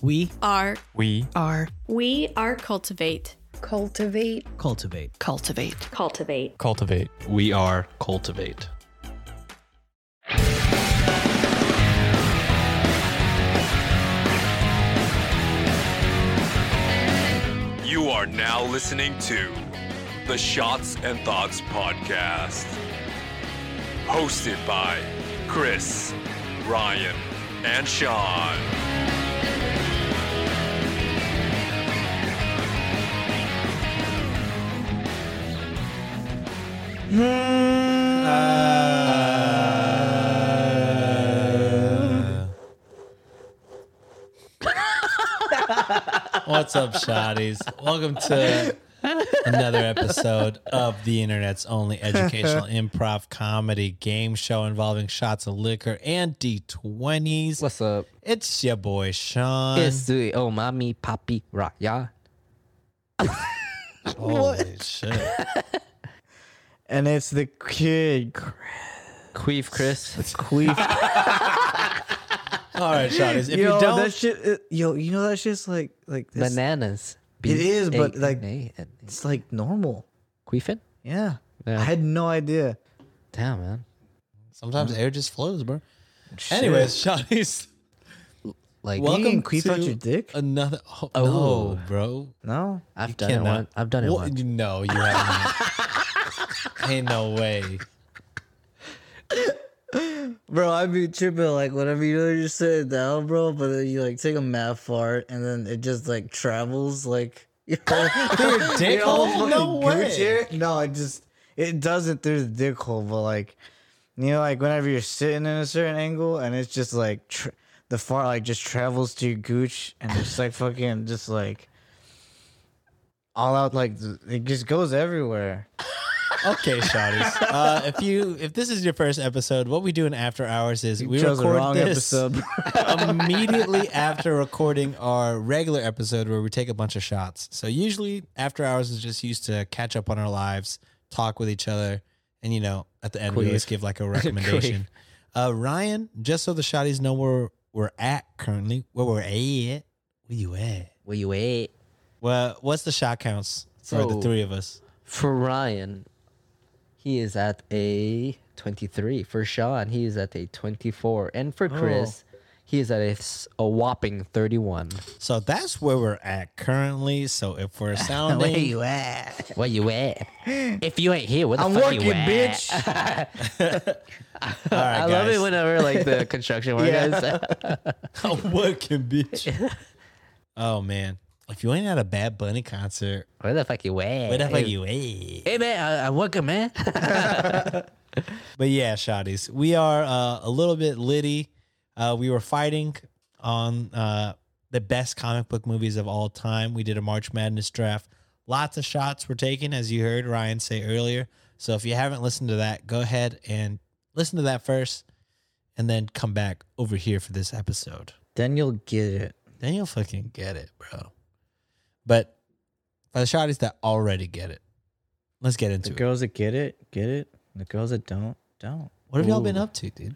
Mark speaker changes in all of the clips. Speaker 1: We
Speaker 2: are
Speaker 3: We
Speaker 4: are
Speaker 2: we are cultivate
Speaker 4: cultivate,
Speaker 1: cultivate.
Speaker 4: cultivate.
Speaker 5: Cultivate.
Speaker 3: cultivate.
Speaker 6: We are Cultivate.
Speaker 7: You are now listening to the Shots and Thoughts Podcast, hosted by Chris, Ryan, and Sean.
Speaker 8: What's up, shotties? Welcome to another episode of the internet's only educational improv comedy game show involving shots of liquor and D20s.
Speaker 9: What's up?
Speaker 8: It's your boy, Sean.
Speaker 9: It's the oh mommy papi raya.
Speaker 8: Holy shit.
Speaker 10: And it's the kid, Chris.
Speaker 9: Queef Chris.
Speaker 10: Queef.
Speaker 8: All right, shotties. If
Speaker 10: yo,
Speaker 8: you don't,
Speaker 10: that shit. It, yo, you know that shit's like like this.
Speaker 9: Bananas.
Speaker 10: It is, but, like-
Speaker 9: B-A-N-A-N-A.
Speaker 10: It's like normal.
Speaker 9: Queefing?
Speaker 10: Yeah.
Speaker 9: Yeah.
Speaker 10: I had no idea.
Speaker 9: Damn, man.
Speaker 8: sometimes air just flows, bro. Anyways, shotties.
Speaker 10: Well-
Speaker 9: Like, well,
Speaker 10: You
Speaker 8: Welcome
Speaker 10: didn't queef
Speaker 8: to
Speaker 10: out your dick?
Speaker 8: another. Oh,
Speaker 9: Oh.
Speaker 8: no, bro.
Speaker 10: No.
Speaker 9: I've
Speaker 8: You
Speaker 9: done
Speaker 8: cannot-
Speaker 9: it once. I've done it
Speaker 8: Well,
Speaker 9: once.
Speaker 8: you- No, you haven't. Ain't no way.
Speaker 10: Bro, I'd be tripping like whatever you know you just sit it down, bro, but then you like take a mad fart and then it just like travels like your whole, your
Speaker 8: dick hole?
Speaker 10: whole fucking
Speaker 8: No
Speaker 10: gooch
Speaker 8: way.
Speaker 10: area. No, it just it doesn't through the dick hole, but like you know, like whenever you're sitting in a certain angle and it's just like tr- the fart like just travels to your gooch and it's like fucking just like all out like th- it just goes everywhere.
Speaker 8: Okay, shotties. Uh, if you if this is your first episode, what we do in after hours is we
Speaker 10: chose the
Speaker 8: record
Speaker 10: wrong
Speaker 8: this
Speaker 10: episode.
Speaker 8: immediately after recording our regular episode where we take a bunch of shots. So usually after hours is just used to catch up on our lives, talk with each other, and you know at the end we always give like a recommendation. uh, Ryan, just so the shotties know where we're at currently, where we're at, where you at?
Speaker 9: Will you wait?
Speaker 8: Well, what's the shot counts for the
Speaker 9: So-
Speaker 8: three of us?
Speaker 9: For Ryan, he is at a 23. For Sean, he is at a 24. And
Speaker 10: Oh.
Speaker 9: for Chris, he is at a, s- a whopping 31.
Speaker 8: So that's where we're at currently. So if we're sounding
Speaker 10: at?
Speaker 9: Where you at? If you ain't here, what the
Speaker 10: I'm
Speaker 9: fuck
Speaker 10: working,
Speaker 9: you at?
Speaker 10: bitch.
Speaker 8: All right,
Speaker 9: I love
Speaker 8: guys.
Speaker 9: it whenever like the construction workers.
Speaker 8: a working bitch. oh man, if you ain't at a Bad Bunny concert,
Speaker 9: Where the fuck you at?
Speaker 8: where the fuck
Speaker 9: Hey,
Speaker 8: you at?
Speaker 9: Hey man, I, I working man.
Speaker 8: But yeah, shotties, we are uh, a little bit litty. Uh, we were fighting on uh, the best comic book movies of all time. We did a March Madness draft. Lots of shots were taken, as you heard Ryan say earlier. So if you haven't listened to that, go ahead and listen to that first, and then come back over here for this episode.
Speaker 10: Then you'll get it.
Speaker 8: then you'll fucking get it, bro. But for the shotties that already get it, let's get into
Speaker 10: The
Speaker 8: it.
Speaker 10: girls that get it, get it. The girls that don't, don't.
Speaker 8: what have y'all been up to, dude?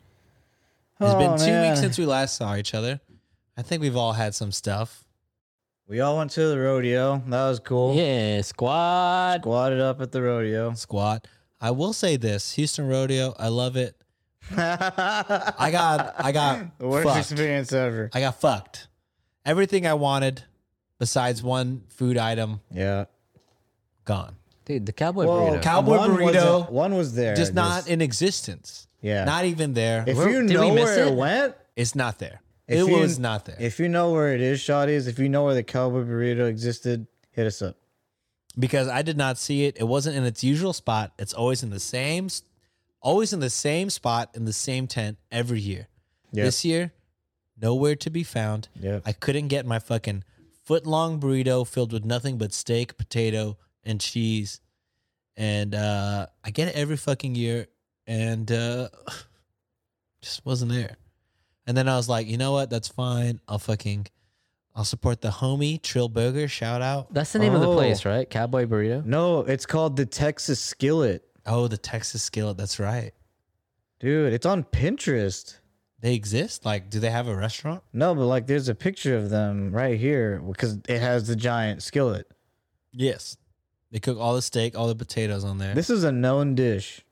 Speaker 8: It's
Speaker 10: Oh,
Speaker 8: been two weeks since we last saw each other. I think we've all had some stuff.
Speaker 10: we all went to the rodeo. That was cool.
Speaker 9: yeah, squad.
Speaker 10: Squatted up at the rodeo.
Speaker 8: Squat. I will say this: Houston rodeo, I love it. I got, I got
Speaker 10: the worst
Speaker 8: fucked.
Speaker 10: experience ever.
Speaker 8: I got fucked. Everything I wanted, besides one food item,
Speaker 10: Yeah.
Speaker 8: gone.
Speaker 9: Dude, the cowboy
Speaker 10: Well,
Speaker 9: burrito.
Speaker 8: Cowboy
Speaker 10: one
Speaker 8: burrito.
Speaker 10: wasn't- one was there.
Speaker 8: Just not in existence.
Speaker 10: Yeah.
Speaker 8: Not even there.
Speaker 10: if
Speaker 9: Where-
Speaker 10: you
Speaker 9: did we
Speaker 10: know
Speaker 9: miss
Speaker 10: where it
Speaker 9: it?
Speaker 10: went,
Speaker 8: It's not there.
Speaker 10: If
Speaker 8: it
Speaker 10: you-
Speaker 8: was not there.
Speaker 10: if you know where it is, Shotties, if you know where the cowboy burrito existed, hit us up.
Speaker 8: because I did not see it. It wasn't in its usual spot. It's always in the same, s- always in the same spot in the same tent every year.
Speaker 10: Yep.
Speaker 8: This year, nowhere to be found.
Speaker 10: Yep.
Speaker 8: I couldn't get my fucking foot long burrito filled with nothing but steak, potato, and cheese. And uh, I get it every fucking year, and uh, just wasn't there. And then I was like, you know what? That's fine. I'll fucking, I'll support the homie Trill Burger. Shout out.
Speaker 9: That's the name of the
Speaker 10: Oh.
Speaker 9: place, right? Cowboy burrito.
Speaker 10: No, it's called the Texas Skillet.
Speaker 8: Oh, the Texas skillet. That's right.
Speaker 10: Dude, it's on Pinterest.
Speaker 8: They exist? Like, do they have a restaurant?
Speaker 10: No, but like there's a picture of them right here because it has the giant skillet.
Speaker 8: Yes. They cook all the steak, all the potatoes on there.
Speaker 10: This is a known dish.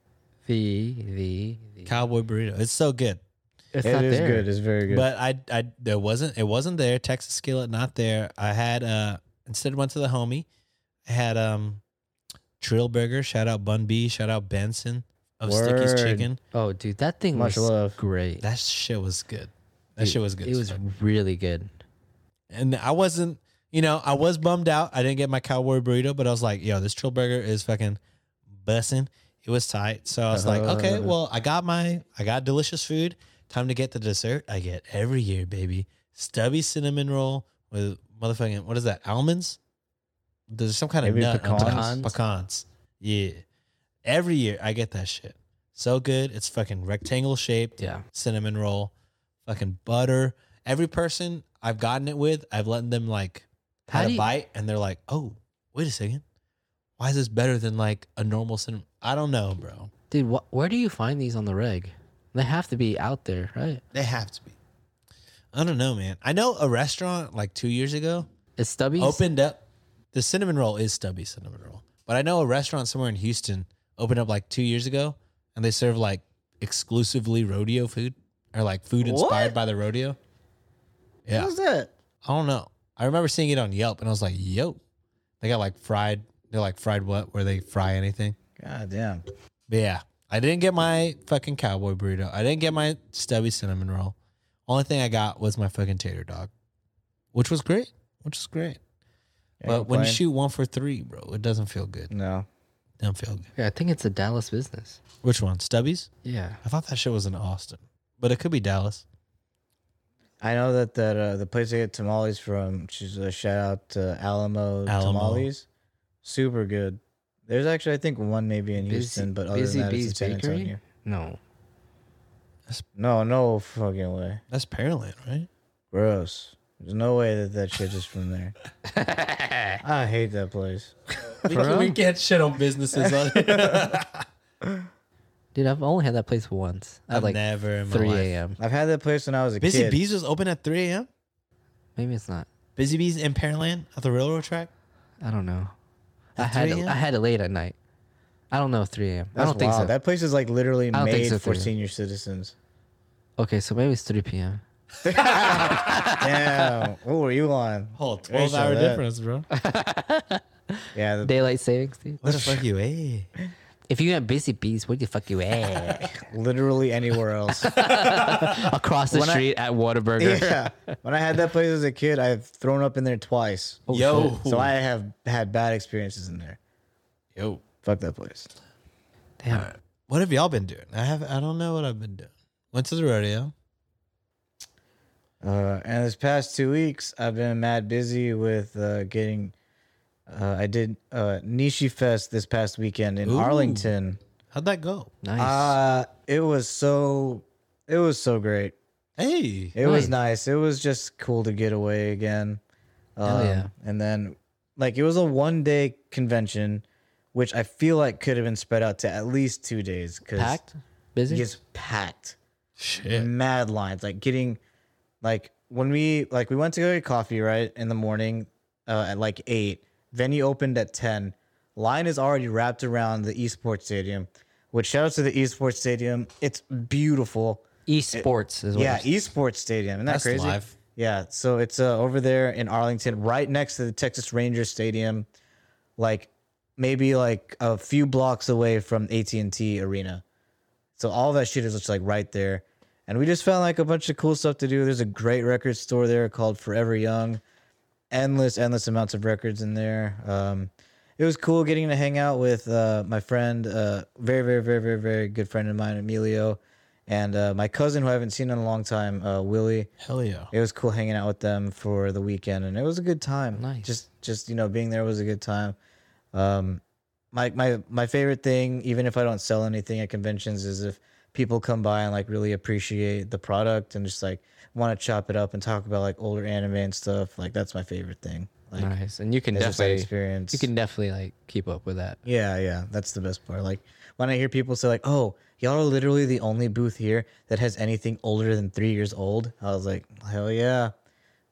Speaker 9: The the, the
Speaker 8: Cowboy burrito. It's so good.
Speaker 9: it's
Speaker 10: It
Speaker 9: not
Speaker 10: is
Speaker 9: there.
Speaker 10: good. It's very good.
Speaker 8: But I, I, there wasn't, it wasn't there. Texas skillet, not there. I had, uh, instead went to the homie. I had, um, Trill Burger. Shout out Bun B. Shout out Benson of Sticky's
Speaker 10: Word.
Speaker 8: Chicken.
Speaker 9: Oh, dude, that thing
Speaker 10: Much
Speaker 9: was
Speaker 10: love.
Speaker 9: great.
Speaker 8: That shit was good. That
Speaker 9: Dude,
Speaker 8: shit was good.
Speaker 9: It
Speaker 8: as
Speaker 9: was
Speaker 8: fuck.
Speaker 9: really good.
Speaker 8: and I wasn't, you know, I was bummed out. I didn't get my cowboy burrito, but I was like, yo, this trill burger is fucking bussin'. It was tight. So I was like,
Speaker 10: Uh-huh.
Speaker 8: okay, well, I got my, I got delicious food. Time to get the dessert I get every year, baby. Stubby cinnamon roll with motherfucking, what is that? Almonds? There's some kind of
Speaker 10: Maybe
Speaker 8: nut. on top.
Speaker 10: pecans?
Speaker 8: Pecans. Yeah. Every year I get that shit. So good. It's fucking rectangle shaped
Speaker 9: Yeah.
Speaker 8: cinnamon roll, fucking butter. Every person I've gotten it with, I've let them like
Speaker 9: How
Speaker 8: had
Speaker 9: do
Speaker 8: a
Speaker 9: you-
Speaker 8: bite and they're like, oh, wait a second. Why is this better than like a normal cinnamon? I don't know, bro.
Speaker 9: Dude, wh- where do you find these on the reg? They have to be out there, right?
Speaker 8: They have to be. I don't know, man. I know a restaurant like two years ago
Speaker 9: Is Stubby's
Speaker 8: opened up. The cinnamon roll is stubby cinnamon roll, but I know a restaurant somewhere in Houston opened up like two years ago, and they serve like exclusively rodeo food or like food inspired by the rodeo. Yeah,
Speaker 10: What is that?
Speaker 8: I don't know. I remember seeing it on Yelp, and I was like, "Yo, they got like fried. They're like fried what? Where they fry anything?"
Speaker 10: God damn.
Speaker 8: But yeah, I didn't get my fucking cowboy burrito. I didn't get my stubby cinnamon roll. Only thing I got was my fucking tater dog, which was great. Which is great. but when you
Speaker 10: complain.
Speaker 8: shoot one for three, bro, it doesn't feel good.
Speaker 10: No.
Speaker 8: Don't feel good.
Speaker 9: Yeah, I think it's a Dallas business.
Speaker 8: Which one? Stubbies?
Speaker 9: Yeah.
Speaker 8: I thought that shit was in Austin, but it could be Dallas.
Speaker 10: I know that that uh, the place I get tamales from. She's a shout out to Alamo,
Speaker 8: Alamo.
Speaker 10: Tamales. Super good. There's actually I think one maybe in
Speaker 9: Busy-
Speaker 10: Houston, but other
Speaker 9: Busy
Speaker 10: than that
Speaker 9: Bee's
Speaker 10: it's in San
Speaker 9: Bakery?
Speaker 10: Antonio.
Speaker 9: No.
Speaker 10: No, no fucking way.
Speaker 8: That's Pearland, right?
Speaker 10: Gross. There's no way that that shit is from there. I hate that place.
Speaker 8: We, we can't shit on businesses. on-
Speaker 9: Dude, I've only had that place once. At
Speaker 8: I've
Speaker 9: like
Speaker 8: never in my
Speaker 9: 3
Speaker 8: life.
Speaker 9: a.m.
Speaker 10: I've had that place when I was a
Speaker 8: Busy
Speaker 10: kid.
Speaker 8: Bees was open at 3 a.m.
Speaker 9: Maybe it's not.
Speaker 8: Busy Bees in Pearland at the railroad track.
Speaker 9: I don't know. I
Speaker 8: At
Speaker 9: had
Speaker 8: 3
Speaker 9: it,
Speaker 8: a.m.?
Speaker 9: I had it late at night. I don't know if 3 a.m. I
Speaker 10: That's
Speaker 9: don't think
Speaker 10: wild.
Speaker 9: so.
Speaker 10: That place is like literally
Speaker 9: I don't think
Speaker 10: made
Speaker 9: so,
Speaker 10: for
Speaker 9: too.
Speaker 10: senior citizens.
Speaker 9: Okay, so maybe it's 3 p.m.
Speaker 10: Damn. what were you on?
Speaker 8: Oh,
Speaker 10: They show
Speaker 8: 12 hour
Speaker 10: that.
Speaker 8: difference, bro. what
Speaker 10: Yeah. The,
Speaker 9: Daylight savings, dude.
Speaker 8: the fuck you, hey?
Speaker 9: If you had busy bees, what the fuck you at?
Speaker 10: literally anywhere else.
Speaker 9: Across the
Speaker 10: When I-
Speaker 9: street at Whataburger.
Speaker 10: yeah. When I had that place as a kid, I've thrown up in there twice.
Speaker 9: Oh,
Speaker 8: Yo.
Speaker 9: shit.
Speaker 10: So I have had bad experiences in there.
Speaker 8: Yo.
Speaker 10: Fuck that place.
Speaker 9: Damn.
Speaker 8: What have y'all been doing? I have. I don't know what I've been doing. Went to the rodeo.
Speaker 10: Uh, and this past two weeks, I've been mad busy with uh, getting. Uh, I did uh, Nishi Fest this past weekend in
Speaker 8: Ooh.
Speaker 10: Arlington.
Speaker 8: How'd that go?
Speaker 9: Nice.
Speaker 10: Uh, it was so, it was so great.
Speaker 8: Hey.
Speaker 10: It was nice. It was just cool to get away again. Um,
Speaker 9: Hell yeah.
Speaker 10: And then, like, it was a one day convention, which I feel like could have been spread out to at least two days because
Speaker 9: Packed? Busy?
Speaker 10: it's packed
Speaker 8: Shit.
Speaker 10: mad lines like getting like when we like we went to go get coffee right in the morning uh, at like 8 venue opened at 10 line is already wrapped around the esports stadium which shout out to the esports stadium it's beautiful
Speaker 9: Esports is what
Speaker 10: yeah e-,
Speaker 9: yeah,
Speaker 10: esports stadium isn't that
Speaker 8: That's
Speaker 10: crazy
Speaker 8: live.
Speaker 10: yeah so it's uh, over there in arlington right next to the texas rangers stadium like maybe like a few blocks away from AT&T Arena. So all that shit is just like right there. And we just found like a bunch of cool stuff to do. There's a great record store there called Forever Young. Endless, endless amounts of records in there. Um, it was cool getting to hang out with uh, my friend, uh, very, very, very, very, very good friend of mine, Emilio, and uh, my cousin who I haven't seen in a long time, uh, Willie
Speaker 8: Hell yeah.
Speaker 10: it was cool hanging out with them for the weekend and it was a good time
Speaker 9: Nice.
Speaker 10: just just you know being there was a good time um my my my favorite thing even if i don't sell anything at conventions is if people come by and like really appreciate the product and just like want to chop it up and talk about like older anime and stuff. Like that's my favorite thing. Like
Speaker 9: nice, and you can
Speaker 10: it's just that
Speaker 9: definitely
Speaker 10: experience.
Speaker 9: you can definitely like keep up with that.
Speaker 10: Yeah, yeah, that's the best part. Like when I hear people say like, "Oh, y'all are literally the only booth here that has anything older than three years old," I was like, "Hell yeah,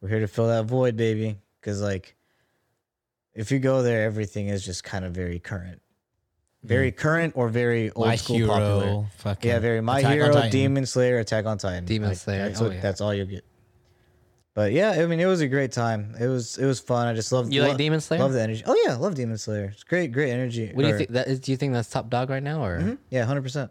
Speaker 10: we're here to fill that void, baby." Because like, if you go there, everything is just kind of very current, very current or very old
Speaker 8: Mm. My
Speaker 10: school
Speaker 8: hero,
Speaker 10: popular.
Speaker 8: fucking
Speaker 10: Yeah, very My
Speaker 8: Attack on
Speaker 10: Hero,
Speaker 8: Titan.
Speaker 10: Demon Slayer, Attack on Titan.
Speaker 9: Demon Slayer,
Speaker 10: That's,
Speaker 9: oh
Speaker 10: what-
Speaker 9: yeah.
Speaker 10: that's all you get. But yeah, I mean, it was a great time. It was it was fun. I just love
Speaker 9: You like Demon Slayer?
Speaker 10: Love the energy. Oh yeah, I love Demon Slayer. It's great, great energy.
Speaker 9: What do you
Speaker 10: or- Hmm? Mm-hmm.
Speaker 9: think that is? Do you think that's top dog right now, or
Speaker 10: yeah, hundred percent.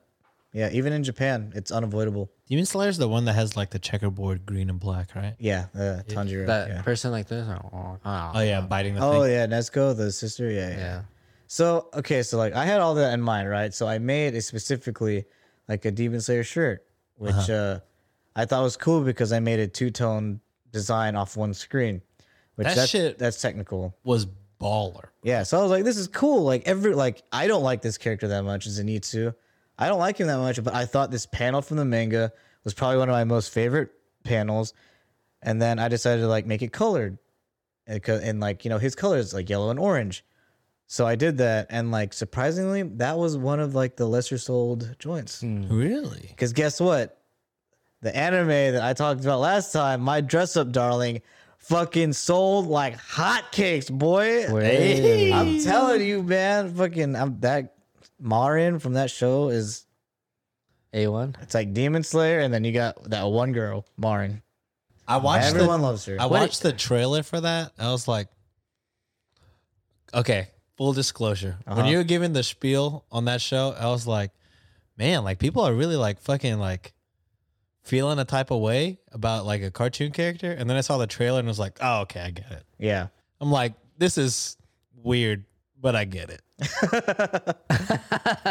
Speaker 10: Yeah, even in Japan, it's unavoidable.
Speaker 8: Demon Slayer's the one that has like the checkerboard green and black, right?
Speaker 10: Yeah, uh, Tanjiro.
Speaker 9: that
Speaker 10: yeah.
Speaker 9: person like this? Oh, oh, oh.
Speaker 8: Oh yeah, biting the
Speaker 10: Oh
Speaker 8: thing.
Speaker 10: yeah, Nezuko, the sister. Yeah, yeah,
Speaker 9: yeah.
Speaker 10: So okay, so like I had all that in mind, right? So I made a specifically like a Demon Slayer shirt, which
Speaker 8: Uh-huh.
Speaker 10: uh I thought was cool because I made a two tone design off one screen. Which
Speaker 8: That
Speaker 10: that's,
Speaker 8: shit-
Speaker 10: that's technical.
Speaker 8: Was baller.
Speaker 10: Yeah, so I was like, this is cool. Like every like I don't like this character that much, Zenitsu. I don't like him that much, but I thought this panel from the manga was probably one of my most favorite panels. And then I decided to like make it colored. And, co- and like, you know, his colors like yellow and orange. So I did that and like surprisingly, that was one of like the lesser sold joints.
Speaker 8: Really?
Speaker 10: Cuz guess what? The anime that I talked about last time, my dress up darling, fucking sold like hotcakes, boy.
Speaker 9: Hey.
Speaker 10: I'm telling you, man. Fucking, I'm that Marin from that show is
Speaker 9: A one.
Speaker 10: it's like Demon Slayer, and then you got that one girl, Marin.
Speaker 8: I watched the,
Speaker 10: Everyone loves her.
Speaker 8: I watched the trailer for that. I was like, okay, full disclosure. When
Speaker 10: Uh-huh.
Speaker 8: you were giving the spiel on that show, I was like, man, like people are really like fucking like feeling a type of way about like a cartoon character. And then I saw the trailer and was like, oh, okay, I get it.
Speaker 10: yeah,
Speaker 8: I'm like, this is weird, but I get it.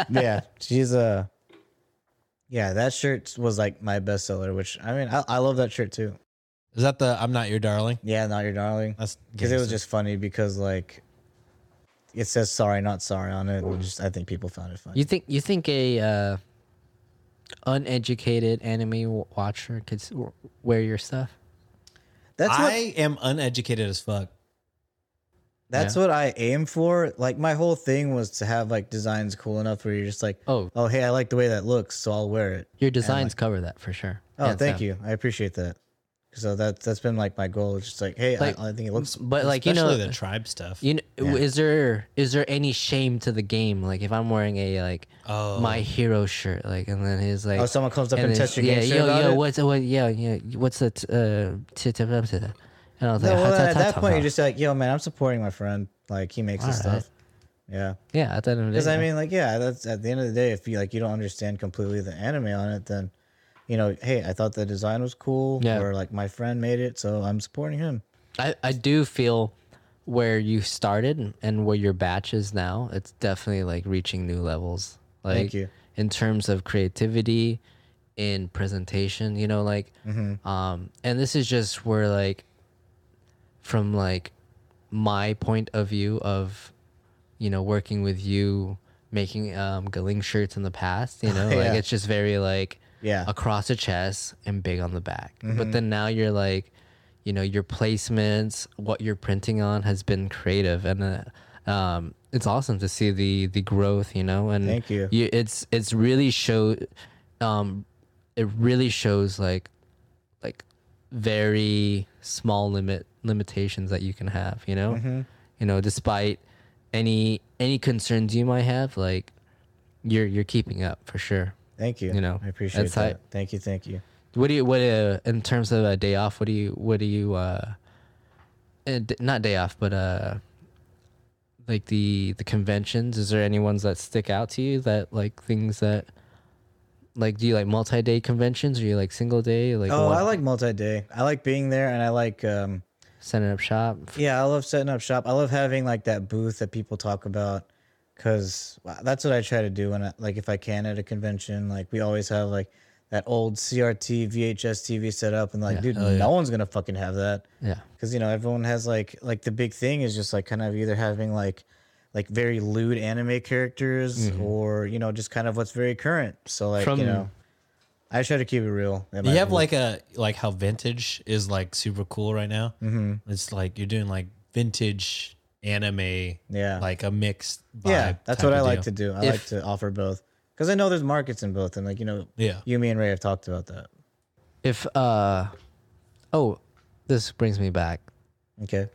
Speaker 10: yeah. She's a. Yeah, that shirt was like my bestseller, which I mean, I, I love that shirt too.
Speaker 8: Is that the I'm not your darling?
Speaker 10: Yeah, not your darling.
Speaker 8: That's
Speaker 10: because it was just funny because like it says sorry, not sorry on it. and Just I think people found it funny.
Speaker 9: You think you think a uh, uneducated anime w- watcher could s- w- wear your stuff?
Speaker 10: That's what
Speaker 8: I am uneducated as fuck.
Speaker 10: That's what I aim for. Like my whole thing was to have like designs cool enough where you're just like,
Speaker 9: Oh.
Speaker 10: oh, hey, I like the way that looks, so I'll wear it.
Speaker 9: Your designs cover that for sure.
Speaker 10: Oh,
Speaker 9: hands
Speaker 10: thank
Speaker 9: down.
Speaker 10: you, I appreciate that. So that's that's been like my goal. It's just like, hey,
Speaker 9: Like,
Speaker 10: I, I think it looks.
Speaker 9: But like you know,
Speaker 8: Especially the tribe stuff.
Speaker 9: you know, is there is there any shame to the game? Like if I'm wearing a like
Speaker 8: Oh.
Speaker 9: my hero shirt, like and then he's like,
Speaker 10: Oh, someone comes up and,
Speaker 9: then
Speaker 10: tests your
Speaker 9: yeah,
Speaker 10: game shirt
Speaker 9: yo,
Speaker 10: about
Speaker 9: yo,
Speaker 10: it?
Speaker 9: what's what, yeah, yeah, what's that? Uh, t- t- t- t- t- and I was
Speaker 10: No,
Speaker 9: like,
Speaker 10: well,
Speaker 9: "Ha, ta-
Speaker 10: at
Speaker 9: ta-
Speaker 10: that
Speaker 9: ta-
Speaker 10: point,
Speaker 9: ta."
Speaker 10: you're just like, yo, man, I'm supporting my friend. Like he makes his
Speaker 9: Alright.
Speaker 10: stuff. Yeah,
Speaker 9: yeah, at the end of the
Speaker 10: because
Speaker 9: day,
Speaker 10: I
Speaker 9: yeah.
Speaker 10: mean, like, yeah, that's at the end of the day, if you like you don't understand completely the anime on it, then you know, hey, I thought the design was cool,
Speaker 9: Yeah.
Speaker 10: or like my friend made it, so I'm supporting him.
Speaker 9: I, I do feel where you started and where your batch is now, it's definitely like reaching new levels. Like
Speaker 10: Thank you.
Speaker 9: in terms of creativity, in presentation, you know, like
Speaker 10: Mm-hmm.
Speaker 9: um and this is just where like from like my point of view of you know, working with you making um galing shirts in the past, you know,
Speaker 10: Yeah.
Speaker 9: like it's just very like
Speaker 10: Yeah. Mm-hmm.
Speaker 9: across the chest and big on the back. But then now you're like, you know, your placements, what you're printing on has been creative, and uh, um, it's awesome to see the the growth, you know. And
Speaker 10: Thank you.
Speaker 9: it's it's really show, um, it really shows like, like, very small limit limitations that you can have, you know.
Speaker 10: Mm-hmm.
Speaker 9: You know, despite any any concerns you might have, like, you're you're keeping up for sure.
Speaker 10: Thank you.
Speaker 9: You know,
Speaker 10: I appreciate
Speaker 9: that's how-
Speaker 10: that. thank you, thank you.
Speaker 9: What do you what uh, in terms of a day off? What do you what do you uh, eh, d- not day off, but uh, like the the conventions? Is there any ones that stick out to you that like things that like do you like multi day conventions or you like single day like
Speaker 10: Oh,
Speaker 9: one-
Speaker 10: I like multi-day. I like being there, and I like um,
Speaker 9: setting up shop? F-
Speaker 10: yeah, I love setting up shop. I love having like that booth that people talk about, cause wow, that's what I try to do when I, like if I can at a convention. Like we always have like that old CRT VHS TV set up, and like dude, no one's gonna fucking have that.
Speaker 9: Yeah,
Speaker 10: because you know everyone has like like the big thing is just like kind of either having like like very lewd anime characters or you know just kind of what's very current so like
Speaker 9: From-
Speaker 10: you know I try to keep it real. in my
Speaker 8: You have
Speaker 10: movie.
Speaker 8: like a like how vintage is like super cool right now. Mm-hmm. It's like you're doing like vintage anime,
Speaker 10: Yeah.
Speaker 8: like a mixed. Vibe
Speaker 10: yeah, that's
Speaker 8: type
Speaker 10: what
Speaker 8: of
Speaker 10: I like
Speaker 8: deal.
Speaker 10: to do. I
Speaker 9: If-
Speaker 10: like to offer both because I know there's markets in both, and like you know,
Speaker 8: Yeah.
Speaker 10: you, me, and Ray have talked about that.
Speaker 9: If uh, oh, this brings me back
Speaker 10: Okay.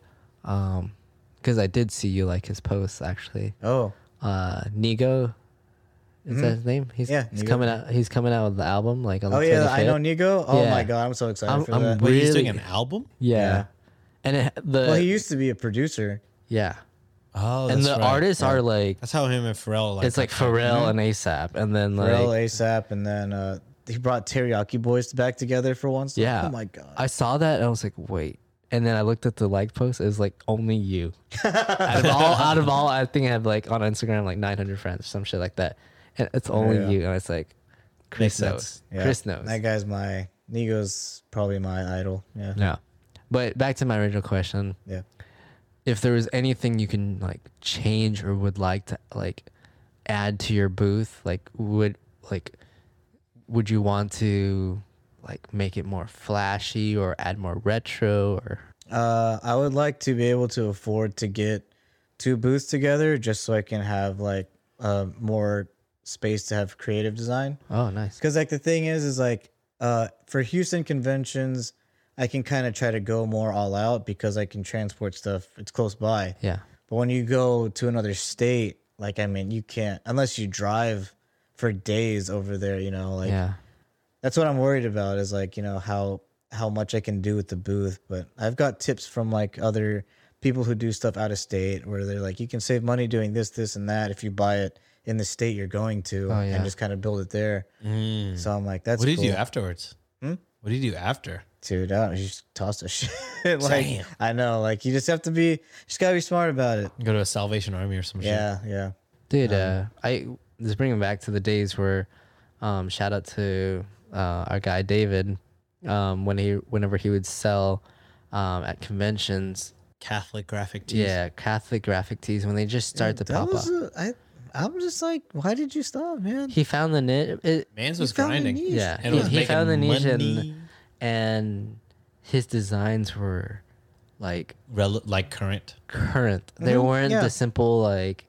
Speaker 9: um, because I did see you like his posts actually.
Speaker 10: Oh,
Speaker 9: Uh, Nigo, is that his name? He's
Speaker 10: Mm-hmm. Yeah,
Speaker 9: he's
Speaker 10: Nigo.
Speaker 9: coming out. He's coming out with the album like on
Speaker 10: oh
Speaker 9: the
Speaker 10: yeah, I know
Speaker 9: 25th.
Speaker 10: Nigo. Oh
Speaker 9: Yeah.
Speaker 10: my god, I'm so excited
Speaker 9: I'm-
Speaker 10: for
Speaker 9: I'm
Speaker 10: that.
Speaker 8: Wait, he's doing
Speaker 9: Really-
Speaker 8: an album?
Speaker 9: Yeah.
Speaker 10: Yeah.
Speaker 9: And it, the
Speaker 10: well, he used to be a producer.
Speaker 9: yeah,
Speaker 8: Oh,
Speaker 9: and the
Speaker 8: that's right.
Speaker 9: artists are like
Speaker 8: That's how him and Pharrell like.
Speaker 9: it's like Pharrell and ASAP, and then like
Speaker 10: Mm-hmm. Pharrell, ASAP, and then uh, he brought Teriyaki Boys back together for once.
Speaker 9: yeah.
Speaker 10: Oh my god.
Speaker 9: I saw that and I was like, wait. And then I looked at the like post. It was like only you. out of all, out of all, I think I have like on Instagram like 900 friends or some shit like that, and it's only
Speaker 10: yeah.
Speaker 9: you. And it's like, Chris knows.
Speaker 8: sense.
Speaker 10: Yeah.
Speaker 9: Chris knows.
Speaker 10: That guy's my Nigo's probably my idol. Yeah.
Speaker 9: Yeah. But back to my original question.
Speaker 10: Yeah.
Speaker 9: if there was anything you can like change or would like to like add to your booth like would like would you want to like make it more flashy or add more retro or
Speaker 10: Uh, I would like to be able to afford to get two booths together just so I can have like uh, more space to have creative design.
Speaker 9: oh nice
Speaker 10: Because like the thing is, is like uh, for Houston conventions, I can kind of try to go more all out because I can transport stuff. It's close by.
Speaker 9: yeah
Speaker 10: But when you go to another state, like I mean, you can't unless you drive for days over there. You know, like
Speaker 9: yeah
Speaker 10: that's what I'm worried about is like, you know, how how much I can do with the booth, but I've got tips from like other people who do stuff out of state where they're like you can save money doing this this and that if you buy it in the state you're going to
Speaker 9: Oh, yeah.
Speaker 10: and just kind of build it there. So I'm like that's
Speaker 8: What do you do
Speaker 10: cool.
Speaker 8: afterwards?
Speaker 10: Hmm?
Speaker 8: What do you do after?
Speaker 10: dude. I don't, you just toss the shit. like I know, like you just have to be just got to be smart about it.
Speaker 8: Go to a Salvation Army or some shit.
Speaker 10: Yeah, yeah.
Speaker 9: dude uh i just bringing back to the days where um shout out to uh our guy david um when he whenever he would sell um at conventions
Speaker 8: Catholic graphic tees.
Speaker 9: yeah catholic graphic tees when they just start to
Speaker 10: That
Speaker 9: pop up
Speaker 10: was a, I I'm just like why did you stop, man?
Speaker 9: he found the knit it,
Speaker 8: Man's was
Speaker 10: found a
Speaker 8: grinding.
Speaker 10: niche.
Speaker 9: Yeah,
Speaker 8: And
Speaker 9: he,
Speaker 8: was
Speaker 9: he
Speaker 8: making
Speaker 9: found the niche,
Speaker 8: money.
Speaker 9: and, and his designs were like
Speaker 8: Rel- like current.
Speaker 9: current. They weren't
Speaker 10: Mm-hmm. yeah.
Speaker 9: the simple like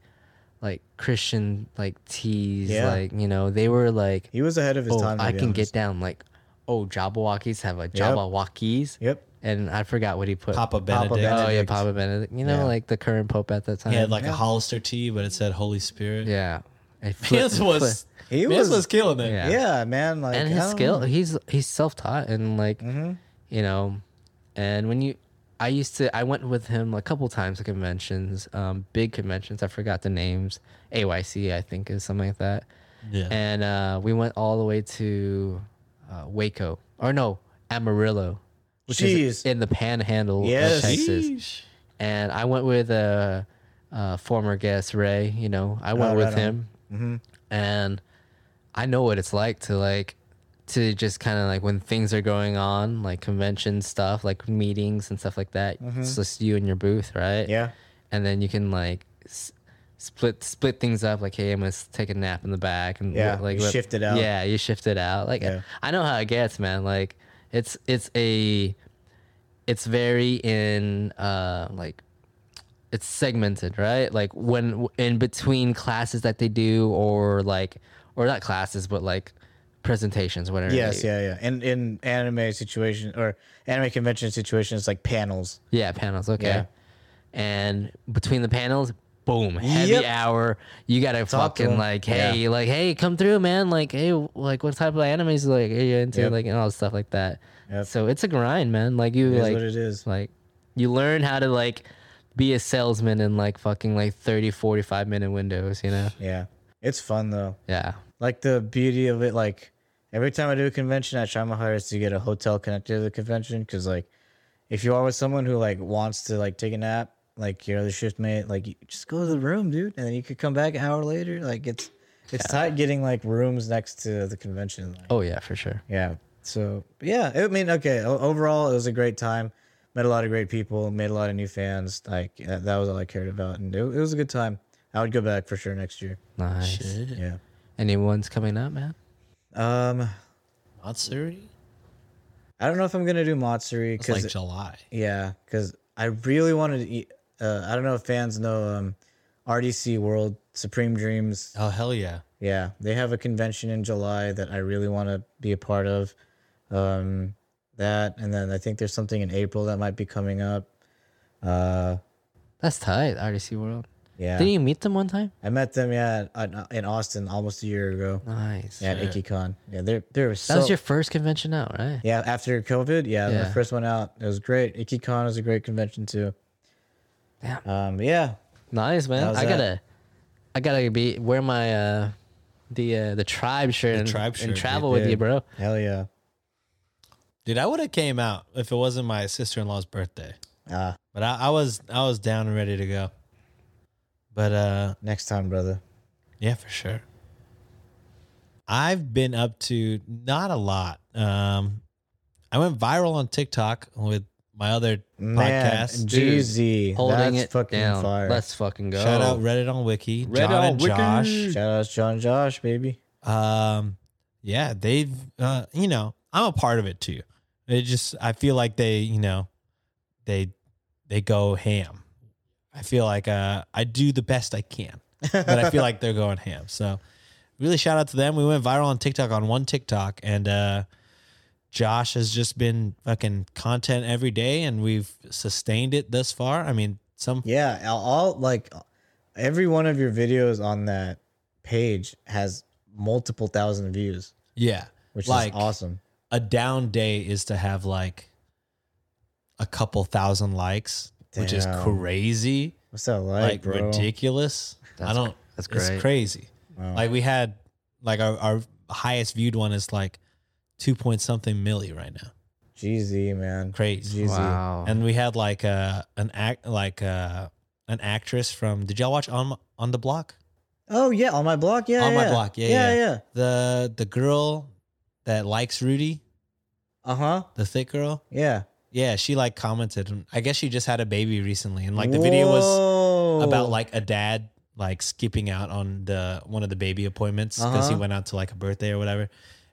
Speaker 9: like Christian like tees.
Speaker 10: Yeah.
Speaker 9: Like you know, they were like,
Speaker 10: He was ahead of his
Speaker 9: oh,
Speaker 10: time. to
Speaker 9: I
Speaker 10: be
Speaker 9: can get
Speaker 10: honest.
Speaker 9: down. Like, oh, Jabberwockies have a Jabberwockies.
Speaker 10: Yep.
Speaker 9: And I forgot what he put.
Speaker 8: Papa Benedict.
Speaker 10: Benedict.
Speaker 9: Oh yeah,
Speaker 10: Benedict.
Speaker 9: Papa Benedict. You know,
Speaker 10: Yeah.
Speaker 9: like the current Pope at that time.
Speaker 8: He had like a Hollister tee, but it said Holy Spirit.
Speaker 9: yeah. It flipped-
Speaker 8: Mans
Speaker 9: it
Speaker 8: was
Speaker 9: flipped.
Speaker 10: He
Speaker 8: Mans
Speaker 10: was-
Speaker 8: was killing it.
Speaker 9: yeah.
Speaker 10: Yeah, man. Like oh. Mm-hmm.
Speaker 9: and
Speaker 10: I
Speaker 9: his
Speaker 10: don't
Speaker 9: skill
Speaker 10: know.
Speaker 9: he's he's self-taught and like you know and when you i used to i went with him a couple times to conventions um big conventions i forgot the names ayc i think is something like that
Speaker 8: Yeah.
Speaker 9: and uh we went all the way to uh, waco or no amarillo which is
Speaker 10: Jeez.
Speaker 9: in the panhandle
Speaker 10: Yes.
Speaker 9: of texas
Speaker 8: Sheesh.
Speaker 9: and I went with a, uh former guest Ray. You know, I went
Speaker 10: Oh, right
Speaker 9: with
Speaker 10: on.
Speaker 9: him, and I know what it's like to like to just kind of like when things are going on, like convention stuff, like meetings and stuff like that. It's just you and your booth, right?
Speaker 10: Mm-hmm. Yeah.
Speaker 9: and then you can like. S- Split split things up like hey I'm gonna s- take a nap in the back and
Speaker 10: Yeah,
Speaker 9: like
Speaker 10: you
Speaker 9: let-
Speaker 10: shift it out.
Speaker 9: yeah you shift it out like
Speaker 10: Yeah.
Speaker 9: I know how it gets man like it's it's a it's very in uh like it's segmented right like when in between classes that they do or like or not classes but like presentations whatever
Speaker 10: Yes,
Speaker 9: they-
Speaker 10: yeah, yeah. And in anime situation or anime convention situations, like panels.
Speaker 9: yeah panels okay
Speaker 10: Yeah.
Speaker 9: and between the panels boom heavy
Speaker 10: Yep.
Speaker 9: hour you gotta
Speaker 10: Talk to
Speaker 9: fucking
Speaker 10: them.
Speaker 9: like hey like hey come through man like hey like what type of animes like are you into
Speaker 10: Yep.
Speaker 9: like and all stuff like that
Speaker 10: Yep.
Speaker 9: so it's a grind man like you
Speaker 10: It is
Speaker 9: like
Speaker 10: what it is.
Speaker 9: like you learn how to like be a salesman in like fucking like 30 45 minute windows you know
Speaker 10: Yeah. It's fun though.
Speaker 9: yeah
Speaker 10: Like the beauty of it, like every time I do a convention, I try my hardest to get a hotel connected to the convention because like if you are with someone who like wants to like take a nap, like your other shift mate, like you just go to the room, dude, and then you could come back an hour later. Like it's it's tight getting like rooms next to the convention. Like,
Speaker 9: oh yeah for sure
Speaker 10: Yeah. So yeah, I mean, okay. o- Overall, it was a great time. Met a lot of great people. Made a lot of new fans. Like uh, that was all I cared about, and it, it was a good time. I would go back for sure next year.
Speaker 9: nice
Speaker 10: Yeah.
Speaker 9: anyone's coming up man
Speaker 10: Um,
Speaker 8: Matsuri?
Speaker 10: I don't know if I'm gonna do Matsuri
Speaker 8: It's
Speaker 10: because
Speaker 8: like July.
Speaker 10: yeah, because I really wanted to eat. Uh, I don't know if fans know um, RDC World Supreme Dreams.
Speaker 8: Oh hell yeah!
Speaker 10: Yeah, they have a convention in July that I really want to be a part of. Um, that and then I think there's something in April that might be coming up. Uh,
Speaker 9: That's tight. RDC World.
Speaker 10: yeah,
Speaker 9: Didn't you meet them one time?
Speaker 10: I met them yeah at- uh, in Austin almost a year ago.
Speaker 9: Nice.
Speaker 10: Yeah, at IkiCon. Yeah, there there was
Speaker 9: That
Speaker 10: so
Speaker 9: was your first convention out, right?
Speaker 10: yeah after COVID. Yeah, the
Speaker 9: Yeah.
Speaker 10: first one out. It was great. IkiCon is a great convention too.
Speaker 9: Damn.
Speaker 10: Um, yeah,
Speaker 9: Nice man.
Speaker 10: How's
Speaker 9: I
Speaker 10: that?
Speaker 9: gotta, I gotta be wear my uh, the uh, the tribe shirt, and,
Speaker 8: tribe shirt,
Speaker 9: and
Speaker 8: dude.
Speaker 9: travel with you,
Speaker 10: Dude.
Speaker 9: bro.
Speaker 10: hell yeah.
Speaker 8: Dude, I would have came out if it wasn't my sister in law's birthday.
Speaker 10: Ah,
Speaker 8: But I, I was I was down and ready to go. But uh
Speaker 10: next time, brother.
Speaker 8: yeah, for sure. I've been up to not a lot. Um I went viral on TikTok with my other
Speaker 10: Man,
Speaker 8: podcast.
Speaker 10: GZ,
Speaker 9: Holding
Speaker 10: that's
Speaker 9: it
Speaker 10: fucking
Speaker 9: down.
Speaker 10: fire.
Speaker 9: Let's fucking go.
Speaker 8: Shout out Reddit on Wiki, John and Josh.
Speaker 10: Shout out to John Josh, baby.
Speaker 8: Um, yeah, they've uh, you know, I'm a part of it too. It just I feel like they, you know, they they go ham. I feel like uh I do the best I can, but I feel like they're going ham. So really shout out to them. We went viral on TikTok on one TikTok and uh Josh has just been fucking content every day and we've sustained it thus far. I mean, some
Speaker 10: Yeah, all- all like every one of your videos on that page has multiple thousand views,
Speaker 8: yeah,
Speaker 10: which
Speaker 8: Like-
Speaker 10: is awesome.
Speaker 8: a down day is to have like a couple thousand likes, which is
Speaker 10: Damn.
Speaker 8: crazy,
Speaker 10: What's that like,
Speaker 8: like
Speaker 10: bro?
Speaker 8: ridiculous. I
Speaker 9: That's
Speaker 8: don't.
Speaker 9: that's
Speaker 8: It's
Speaker 9: great.
Speaker 8: crazy.
Speaker 10: Wow.
Speaker 8: Like we had, like our, our highest viewed one is like two point something milli right now.
Speaker 10: GZ, man.
Speaker 8: Crazy.
Speaker 10: GZ.
Speaker 9: Wow.
Speaker 8: And we had like uh an act like uh an actress from. Did y'all watch on on the block?
Speaker 10: Oh yeah, on my block. Yeah,
Speaker 8: on
Speaker 10: yeah.
Speaker 8: my block. Yeah,
Speaker 10: yeah,
Speaker 8: yeah, The the girl that likes Rudy,
Speaker 10: Uh huh.
Speaker 8: the thick girl.
Speaker 10: Yeah.
Speaker 8: Yeah, she like commented. and I guess she just had a baby recently, and like the video was about like a dad like skipping out on the one of the baby appointments because he
Speaker 10: Uh-huh.
Speaker 8: went out to like a birthday or whatever.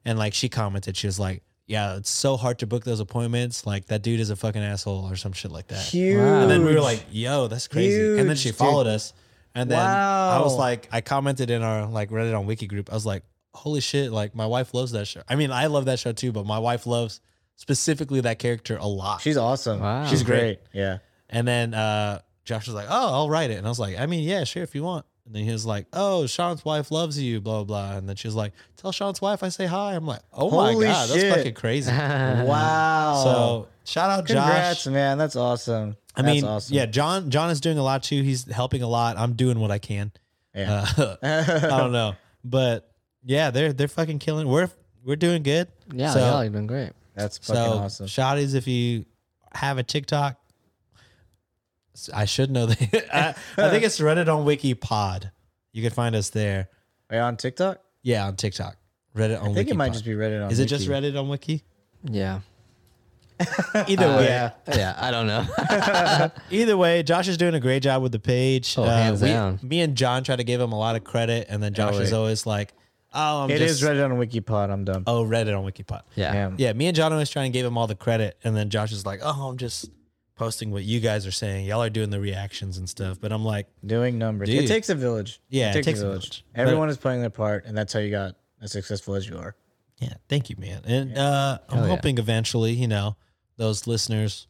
Speaker 8: And like she commented, she was like, "Yeah, it's so hard to book those appointments. Like that dude is a fucking asshole or some shit like that."
Speaker 10: huge.
Speaker 9: Wow.
Speaker 8: And then we were like, "Yo, that's crazy!" and then
Speaker 10: Huge,
Speaker 8: she
Speaker 10: dude.
Speaker 8: followed us, and then I was
Speaker 10: Wow.
Speaker 8: like, I commented in our like Reddit on Wiki group. I was like, "Holy shit!" Like my wife loves that show. I mean, I love that show too, but my wife loves specifically that character a lot.
Speaker 10: she's awesome.
Speaker 9: Wow.
Speaker 10: She's
Speaker 9: She's
Speaker 10: great. Yeah.
Speaker 8: And then uh, Josh was like, "Oh, I'll write it." And I was like, "I mean, yeah, sure, if you want." And then he was like, "Oh, Sean's wife loves you, blah blah." blah. And then she was like, "Tell Sean's wife I say hi." I'm like, "Oh my
Speaker 10: Holy
Speaker 8: god,
Speaker 10: shit.
Speaker 8: that's fucking crazy."
Speaker 9: Uh-huh.
Speaker 10: Wow.
Speaker 8: so shout out
Speaker 10: congrats,
Speaker 8: Josh.
Speaker 10: man. That's awesome.
Speaker 8: I
Speaker 10: That's
Speaker 8: mean,
Speaker 10: awesome.
Speaker 8: yeah, John John is doing a lot too. He's helping a lot. I'm doing what I can.
Speaker 10: Yeah.
Speaker 8: Uh, I don't know, but yeah, they're they're fucking killing. We're we're doing good.
Speaker 9: yeah,
Speaker 8: so,
Speaker 9: yeah, you're doing great.
Speaker 10: That's fucking
Speaker 8: so
Speaker 10: awesome.
Speaker 8: shotties, if you have a TikTok, I should know. The, I, I think it's Reddit on WikiPod. You can find us there.
Speaker 10: Are you on TikTok?
Speaker 8: Yeah, on TikTok, Reddit on.
Speaker 10: I think it might just be Reddit on
Speaker 8: Is it just
Speaker 10: Wiki.
Speaker 8: Reddit on Wiki?
Speaker 9: Yeah.
Speaker 8: Either way,
Speaker 10: Yeah.
Speaker 9: Yeah. I don't know.
Speaker 8: either way, Josh is doing a great job with the page. Uh,
Speaker 9: Oh, hands
Speaker 8: we-
Speaker 9: down.
Speaker 8: Me and John try to give him a lot of credit, and then Josh
Speaker 10: Oh,
Speaker 8: is
Speaker 10: wait.
Speaker 8: always like, "Oh, I'm
Speaker 10: It
Speaker 8: just
Speaker 10: is Reddit on WikiPod. I'm dumb.
Speaker 8: oh Reddit on WikiPod."
Speaker 9: yeah.
Speaker 10: Damn.
Speaker 8: Yeah, me and John always trying to give him all the credit, and then Josh is like, "Oh, I'm just posting what you guys are saying. Y'all are doing the reactions and stuff." But I'm like,
Speaker 10: Doing numbers.
Speaker 8: Dude.
Speaker 10: It takes a village.
Speaker 8: Yeah,
Speaker 10: it takes, a village.
Speaker 8: But-
Speaker 10: Everyone is playing their part, and that's how you got as successful as you are.
Speaker 8: "Yeah, thank you, man." And uh, I'm
Speaker 9: Hell yeah.
Speaker 8: hoping eventually, you know, those listeners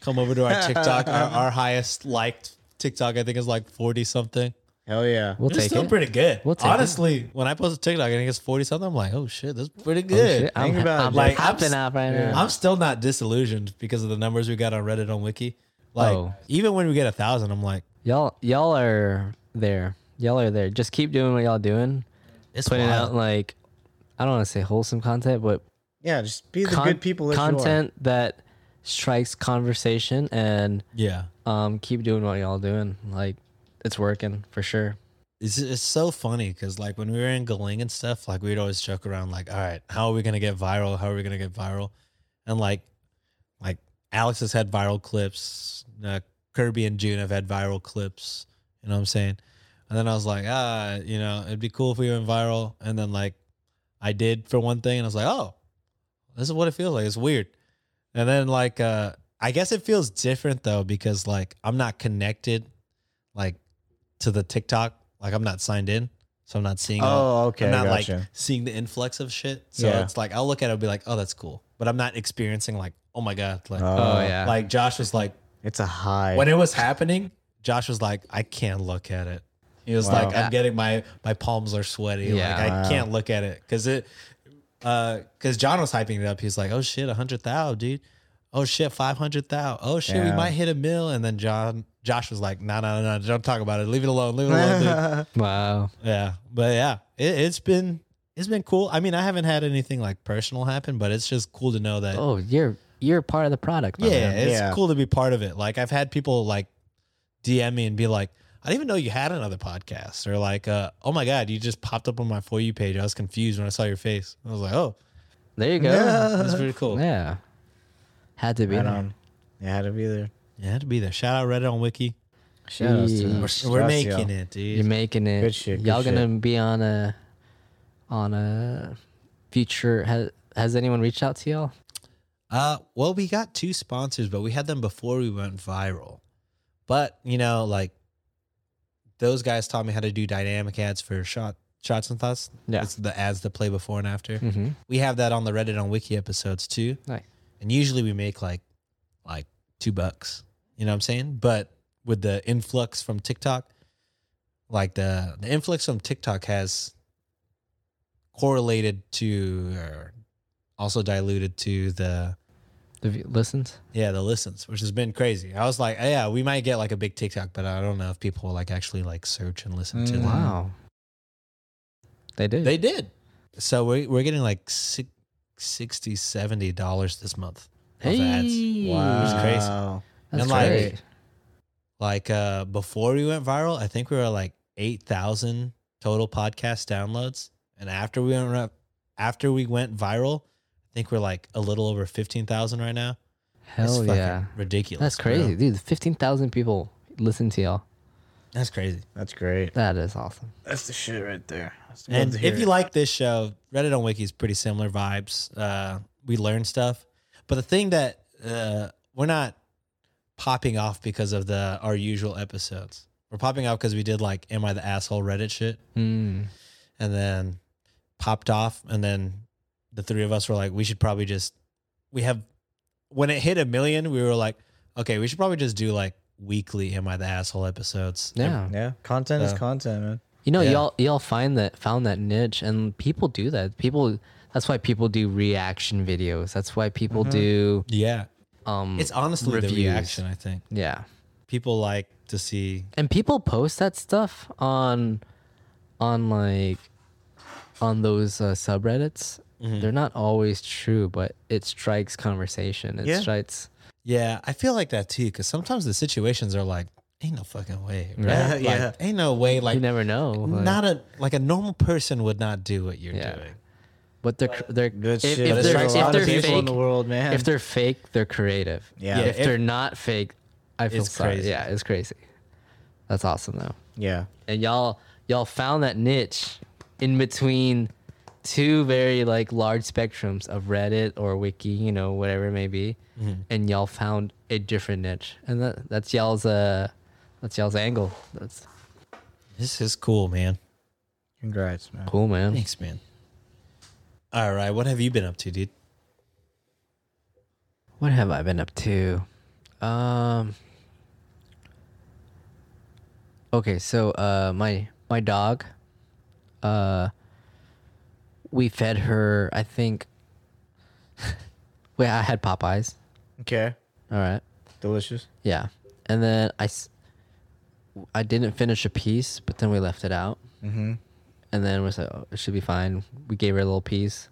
Speaker 8: come over to our TikTok. our, our highest liked TikTok, I think, is like forty something.
Speaker 10: Hell yeah.
Speaker 9: We'll
Speaker 8: It's
Speaker 9: take
Speaker 8: still
Speaker 9: it.
Speaker 8: pretty good.
Speaker 9: We'll take it.
Speaker 8: Honestly, when I post a TikTok, I think it's forty something. I'm like, "Oh shit, that's pretty
Speaker 9: Oh,
Speaker 8: good."
Speaker 9: shit, I'm,
Speaker 10: Think about it,
Speaker 9: I'm
Speaker 10: dude.
Speaker 9: like
Speaker 8: Like, I'm
Speaker 9: hopping
Speaker 8: s-
Speaker 9: up right now.
Speaker 8: I'm still not disillusioned because of the numbers we got on Reddit on Wiki. Like,
Speaker 9: Oh.
Speaker 8: even when we get a thousand, I'm like,
Speaker 9: Y'all, y'all are there. Y'all are there. Just keep doing what y'all doing.
Speaker 8: it's
Speaker 9: Putting
Speaker 8: wild.
Speaker 9: out like, I don't want to say wholesome content, but
Speaker 10: Yeah, just be the
Speaker 9: con-
Speaker 10: good people that
Speaker 9: content that strikes conversation and
Speaker 8: yeah.
Speaker 9: um keep doing what y'all doing. Like, it's working for sure.
Speaker 8: It's, it's so funny because like when we were in Galing and stuff, like we'd always joke around like, all right, how are we gonna get viral? How are we gonna get viral? And like, like Alex has had viral clips. Uh, Kirby and June have had viral clips. You know what I'm saying? And then I was like, ah, you know, it'd be cool if we went viral. And then like, I did for one thing, and I was like, oh, this is what it feels like. It's weird. And then like uh I guess it feels different though because like I'm not connected like to the TikTok. Like I'm not signed in. So I'm not seeing all-
Speaker 10: Oh, okay,
Speaker 8: I'm not like
Speaker 10: gotcha.
Speaker 8: seeing the influx of shit. So
Speaker 10: Yeah.
Speaker 8: it's like I'll look at it and be like, oh that's cool. But I'm not experiencing like, oh my God. Like
Speaker 9: Oh, yeah.
Speaker 8: like Josh was like
Speaker 10: It's a high.
Speaker 8: when it was happening, Josh was like, I can't look at it. He was
Speaker 10: Wow.
Speaker 8: like, I'm getting my my palms are sweaty.
Speaker 9: Yeah.
Speaker 8: Like I
Speaker 10: Wow.
Speaker 8: can't look at it because it because John was hyping it up. He's like, oh shit, a hundred thou, dude. Oh shit, five hundred thou. Oh shit, we
Speaker 10: Yeah.
Speaker 8: might hit a mill. And then John Josh was like, no, no, no, no, don't talk about it. Leave it alone. Leave it alone. dude."
Speaker 9: Wow.
Speaker 8: Yeah, but yeah, it, it's been it's been cool. I mean, I haven't had anything like personal happen, but it's just cool to know that
Speaker 9: Oh, you're you're part of the product. my
Speaker 8: yeah,
Speaker 9: man.
Speaker 8: it's
Speaker 10: Yeah.
Speaker 8: cool to be part of it. Like I've had people like DM me and be like, "I didn't even know you had another podcast," or like, uh, "Oh my god, you just popped up on my for you page. I was confused when I saw your face." I was like, "Oh,
Speaker 9: There you go.
Speaker 8: that's pretty cool." Yeah,
Speaker 9: Yeah. Had to be.
Speaker 10: Right
Speaker 9: there.
Speaker 10: on. It had to be there.
Speaker 8: I had to be there. Shout out Reddit on Wiki.
Speaker 10: Shout outs to
Speaker 9: Jeez.
Speaker 10: them.
Speaker 9: We're-
Speaker 10: Shout
Speaker 8: We're
Speaker 10: outs,
Speaker 8: making
Speaker 10: y'all.
Speaker 8: it, dude.
Speaker 9: You're making it.
Speaker 10: Good shit, good
Speaker 9: Y'all gonna be on a on a future. Has Has anyone reached out to y'all?
Speaker 8: Uh, well, we got two sponsors, but we had them before we went viral. But you know, like those guys taught me how to do dynamic ads for shot shots and thoughts.
Speaker 9: Yeah.
Speaker 8: it's the ads that play before and after.
Speaker 9: Mm-hmm.
Speaker 8: We have that on the Reddit on Wiki episodes too.
Speaker 9: Nice.
Speaker 8: And usually we make like like two bucks. You know what I'm saying? But with the influx from TikTok, like the the influx from TikTok has correlated to or also diluted to the
Speaker 9: The v- listens.
Speaker 8: yeah, the listens, which has been crazy. I was like, oh, yeah, we might get like a big TikTok, but I don't know if people will like actually like search and listen to
Speaker 10: Mm.
Speaker 8: them.
Speaker 9: Wow. They did.
Speaker 8: Mm-hmm. They did. So we're, we're getting like six, 60 $70 dollars this month of ads.
Speaker 9: Hey.
Speaker 10: Wow.
Speaker 8: It's crazy.
Speaker 9: That's
Speaker 8: And, like,
Speaker 9: great.
Speaker 8: Like uh before we went viral, I think we were like 8,000 total podcast downloads. And after we went up, after we went viral, I think we're like a little over 15,000 right now. It's
Speaker 9: Hell
Speaker 8: fucking
Speaker 9: yeah.
Speaker 8: ridiculous.
Speaker 9: That's
Speaker 8: bro.
Speaker 9: crazy, dude. Fifteen thousand people listen to y'all.
Speaker 8: That's crazy.
Speaker 10: That's great.
Speaker 9: That is awesome.
Speaker 10: That's the shit right there. That's the-
Speaker 8: And
Speaker 10: love to
Speaker 8: if
Speaker 10: hear
Speaker 8: you
Speaker 10: it.
Speaker 8: like this show, Reddit on Wiki is pretty similar vibes. Uh, we learn stuff, but the thing that uh, we're not popping off because of the our usual episodes. We're popping off because we did like "Am I the asshole?" Reddit shit,
Speaker 9: Mm.
Speaker 8: and then popped off, and then the three of us were like, we should probably just we have when it hit a million, we were like, okay, we should probably just do like weekly "Am I the asshole?" episodes.
Speaker 9: Yeah.
Speaker 10: yeah, content
Speaker 8: Uh,
Speaker 10: is content, man.
Speaker 9: You know,
Speaker 8: Yeah.
Speaker 9: y'all y'all find that found that niche, and people do that. People. That's why people do reaction videos. That's why people do.
Speaker 8: Yeah,
Speaker 9: Um,
Speaker 8: it's honestly the
Speaker 9: Reviews.
Speaker 8: reaction. I think
Speaker 9: yeah,
Speaker 8: people like to see
Speaker 9: and people post that stuff on, on like, on those uh, subreddits. They're not always true, but it strikes conversation. It
Speaker 10: Yeah.
Speaker 9: strikes.
Speaker 8: Yeah, I feel like that too, because sometimes the situations are like, ain't no fucking way, right?
Speaker 9: Yeah,
Speaker 8: Like,
Speaker 10: yeah.
Speaker 8: ain't no way. Like,
Speaker 9: you never know. like-
Speaker 8: not a like a normal person would not do what you're
Speaker 9: Yeah.
Speaker 8: doing.
Speaker 9: But they're cr- they're
Speaker 10: Good
Speaker 9: if,
Speaker 10: shit.
Speaker 9: if
Speaker 8: But
Speaker 9: they're,
Speaker 8: there's a
Speaker 9: if
Speaker 8: lot of
Speaker 9: they're
Speaker 8: people
Speaker 9: fake,
Speaker 10: in the world, man.
Speaker 9: if they're fake, they're creative.
Speaker 10: Yeah.
Speaker 8: Yeah.
Speaker 9: If
Speaker 8: if-
Speaker 9: they're not fake, I feel
Speaker 8: It's
Speaker 9: sorry.
Speaker 8: crazy.
Speaker 9: Yeah, it's crazy. That's awesome though.
Speaker 10: yeah.
Speaker 9: And y'all y'all found that niche in between two very like large spectrums of Reddit or Wiki, you know, whatever it may be.
Speaker 8: Mm-hmm.
Speaker 9: And y'all found a different niche. And that that's y'all's uh that's y'all's angle. That's
Speaker 8: This is cool, man.
Speaker 10: Congrats, man.
Speaker 9: cool, man.
Speaker 8: Thanks, man. All right, what have you been up to, dude?
Speaker 9: What have I been up to? Um. Okay, so uh, my my dog, uh, we fed her. I think. Wait, I had Popeyes.
Speaker 10: Okay,
Speaker 9: All right.
Speaker 10: delicious.
Speaker 9: Yeah, and then I, s- I didn't finish a piece, but then we left it out. Mm-hmm. And then we said oh, it should be fine. We gave her a little piece.